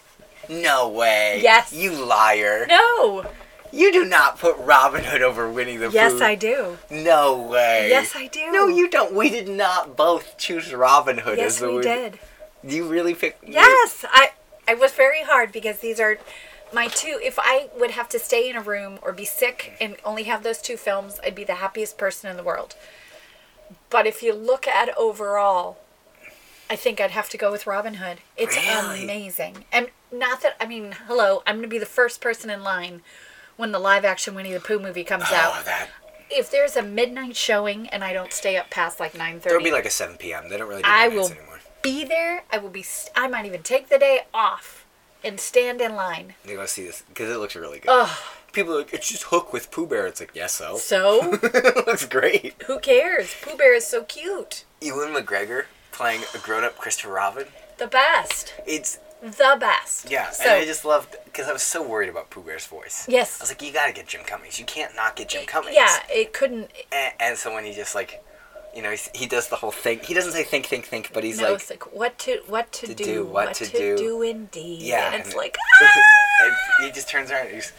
Speaker 1: No way.
Speaker 2: Yes.
Speaker 1: You liar.
Speaker 2: No.
Speaker 1: You do not put Robin Hood over Winnie the
Speaker 2: Yes,
Speaker 1: Pooh.
Speaker 2: I do.
Speaker 1: No way.
Speaker 2: Yes, I do.
Speaker 1: No, you don't. We did not both choose Robin Hood as
Speaker 2: Yes,
Speaker 1: the
Speaker 2: we
Speaker 1: win-
Speaker 2: did.
Speaker 1: You really picked. you-
Speaker 2: Yes, I. I was very hard because these are my two. If I would have to stay in a room or be sick and only have those two films, I'd be the happiest person in the world. But if you look at overall, I think I'd have to go with Robin Hood. It's
Speaker 1: Really?
Speaker 2: amazing, and not that I mean, hello, I'm gonna be the first person in line when the live action Winnie the Pooh movie comes
Speaker 1: Oh,
Speaker 2: out.
Speaker 1: that.
Speaker 2: If there's a midnight showing and I don't stay up past like nine
Speaker 1: It'll be
Speaker 2: thirty,
Speaker 1: like a 7 p.m. They don't really do
Speaker 2: I
Speaker 1: midnights
Speaker 2: will-
Speaker 1: anymore.
Speaker 2: be there. I will be. St- I might even take the day off and stand in line.
Speaker 1: They go see this because it looks really good.
Speaker 2: Ugh.
Speaker 1: People are like, it's just Hook with Pooh Bear. It's like, yes, so.
Speaker 2: So
Speaker 1: it looks great.
Speaker 2: who cares? Pooh Bear is so cute.
Speaker 1: Ewan McGregor playing a grown up Christopher Robin.
Speaker 2: The best.
Speaker 1: It's
Speaker 2: the best.
Speaker 1: Yeah,
Speaker 2: So
Speaker 1: and I just loved because I was so worried about Pooh Bear's voice.
Speaker 2: Yes.
Speaker 1: I was like, you gotta get Jim Cummings. You can't not get Jim Cummings.
Speaker 2: yeah, it couldn't.
Speaker 1: And, eh, and so when he just like, you know, he's, he does the whole thing. He doesn't say think, think, think, but he's
Speaker 2: no,
Speaker 1: like,
Speaker 2: it's like what to what to, do, what, to, do. indeed.
Speaker 1: Yeah,
Speaker 2: and it's
Speaker 1: and-
Speaker 2: like
Speaker 1: and he just turns around and he's,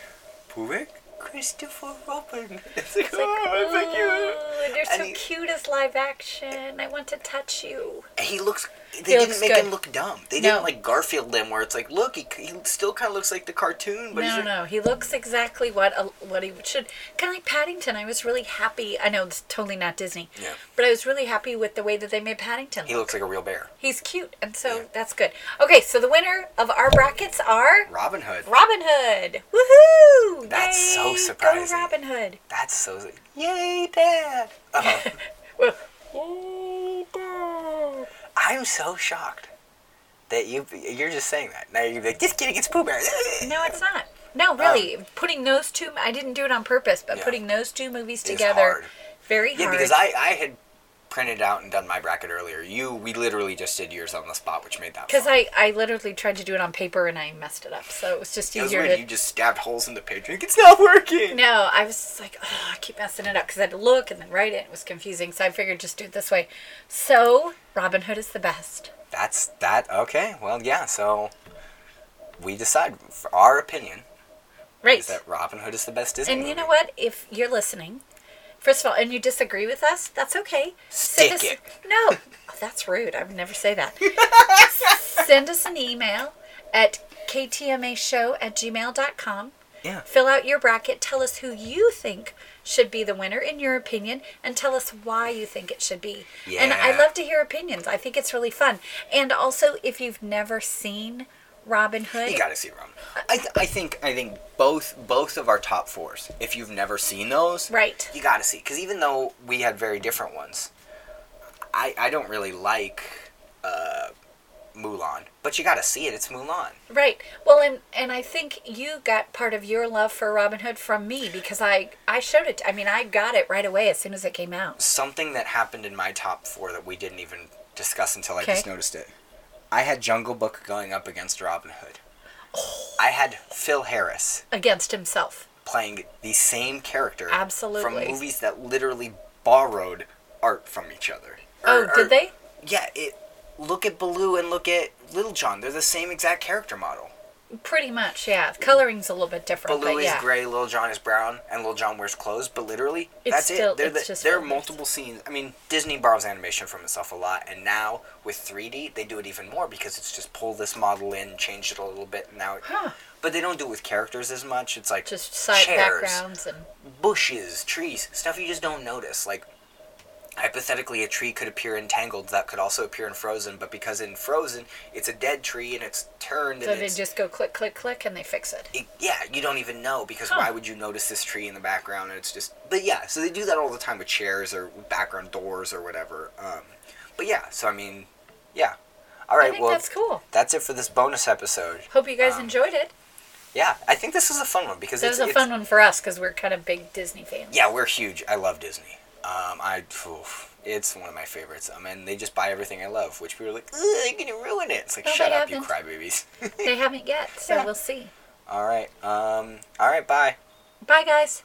Speaker 1: Pooh Bear, Christopher Robin. It's like, oh, thank you.
Speaker 2: "Ooh, you're so
Speaker 1: And he-
Speaker 2: cute as live action. I want to touch you.
Speaker 1: And he looks. They
Speaker 2: He
Speaker 1: didn't
Speaker 2: looks
Speaker 1: make
Speaker 2: good.
Speaker 1: him look dumb. They
Speaker 2: No.
Speaker 1: didn't like Garfield him, where it's like, look, he, he still kind of looks like the cartoon, but he's
Speaker 2: No, no, he looks exactly what a, what he should. Kind of like Paddington. I was really happy. I know it's totally not Disney.
Speaker 1: Yeah.
Speaker 2: But I was really happy with the way that they made Paddington.
Speaker 1: he looks like a real bear.
Speaker 2: He's cute, and so that's good. Okay, so the winner of our brackets are
Speaker 1: Robin Hood.
Speaker 2: Robin Hood. Woohoo!
Speaker 1: That's so
Speaker 2: Yay,
Speaker 1: surprising.
Speaker 2: Go Robin Hood.
Speaker 1: That's so. Yay, Dad! Uh,
Speaker 2: Well, yay, Dad.
Speaker 1: I'm so shocked that you you're just saying that. Now you're like, just kidding, it's Pooh Bear.
Speaker 2: No, it's not. No, really, putting those two. I didn't do it on purpose, but
Speaker 1: Um, Yeah.
Speaker 2: putting those two movies
Speaker 1: It's
Speaker 2: together,
Speaker 1: hard.
Speaker 2: very hard.
Speaker 1: yeah, because I I had printed out and done my bracket earlier. You we literally just did yours on the spot, which made that.
Speaker 2: Because
Speaker 1: fun.
Speaker 2: I, I literally tried to do it on paper and I messed it up. So it was just
Speaker 1: it was
Speaker 2: easier
Speaker 1: weird.
Speaker 2: to.
Speaker 1: You just stabbed holes in the page. Like, it's not working.
Speaker 2: No, I was just like, oh, I keep messing it up because I had to look and then write it. It was confusing. So I figured just do it this way. So Robin Hood is the best.
Speaker 1: That's that. Okay. Well, yeah. So we decide for our opinion
Speaker 2: Right.
Speaker 1: is that Robin Hood is the best Disney.
Speaker 2: and you
Speaker 1: movie.
Speaker 2: know what? If you're listening, first of all, and you disagree with us, that's okay.
Speaker 1: Stick
Speaker 2: us,
Speaker 1: it.
Speaker 2: No, Oh, that's rude. I would never say that. Send us an email at ktmashow at gmail.com.
Speaker 1: Yeah.
Speaker 2: Fill out your bracket. Tell us who you think should be the winner in your opinion, and tell us why you think it should be. And I
Speaker 1: Yeah.
Speaker 2: love to hear opinions. I think it's really fun. And also, if you've never seen Robin Hood,
Speaker 1: You gotta see Robin. I, th- I think I think both both of our top fours. If you've never seen those,
Speaker 2: right?
Speaker 1: you gotta see because even though we had very different ones, I I don't really like uh, Mulan, but you gotta see it. It's Mulan.
Speaker 2: Right. Well, and and I think you got part of your love for Robin Hood from me because I I showed it. I mean, I got it right away as soon as it came out.
Speaker 1: Something that happened in my top four that we didn't even discuss until I
Speaker 2: Okay.
Speaker 1: just noticed it. I had Jungle Book going up against Robin Hood. I had Phil Harris
Speaker 2: Against himself.
Speaker 1: playing the same character from
Speaker 2: Absolutely.
Speaker 1: movies that literally borrowed art from each other.
Speaker 2: Oh,
Speaker 1: Or- or-
Speaker 2: did they?
Speaker 1: Yeah, it. Look at Baloo and look at Little John. They're the same exact character model.
Speaker 2: Pretty much, yeah. Coloring's a little bit different,
Speaker 1: Baloo
Speaker 2: but
Speaker 1: is
Speaker 2: yeah.
Speaker 1: gray, Little John is brown, and Little John wears clothes. But literally,
Speaker 2: It's
Speaker 1: that's
Speaker 2: still-
Speaker 1: it. They're
Speaker 2: it's
Speaker 1: the,
Speaker 2: just
Speaker 1: there are
Speaker 2: filters.
Speaker 1: multiple scenes. I mean, Disney borrows animation from itself a lot, and now with 3D, they do it even more because it's just pull this model in, change it a little bit, and now. It,
Speaker 2: Huh.
Speaker 1: But they don't do it with characters as much. It's like
Speaker 2: Just side
Speaker 1: chairs,
Speaker 2: backgrounds and
Speaker 1: bushes, trees, stuff you just don't notice. Like, hypothetically, a tree could appear in Tangled that could also appear in Frozen, but because in Frozen, it's a dead tree and it's turned
Speaker 2: so
Speaker 1: and
Speaker 2: they
Speaker 1: it's.
Speaker 2: just go click click click and they fix it.
Speaker 1: it- yeah, you don't even know because
Speaker 2: Huh.
Speaker 1: why would you notice this tree in the background? And it's just. But yeah, so they do that all the time with chairs or background doors or whatever. Um, but yeah, so I mean, yeah. All right,
Speaker 2: I think
Speaker 1: well,
Speaker 2: that's cool.
Speaker 1: that's it for this bonus episode.
Speaker 2: Hope you guys enjoyed it.
Speaker 1: Yeah, I think this was a fun one because
Speaker 2: That
Speaker 1: it's,
Speaker 2: was a
Speaker 1: it's-
Speaker 2: fun one for us because we're kind of big Disney fans.
Speaker 1: Yeah, we're huge. I love Disney. Um, I oof, it's one of my favorites. I mean, they just buy everything I love, which we were like, Ugh, they're gonna ruin it. It's like,
Speaker 2: No,
Speaker 1: shut
Speaker 2: they
Speaker 1: up, you
Speaker 2: haven't.
Speaker 1: crybabies.
Speaker 2: They haven't yet, so
Speaker 1: Yeah.
Speaker 2: we'll see.
Speaker 1: all right, um, all right, bye.
Speaker 2: Bye, guys.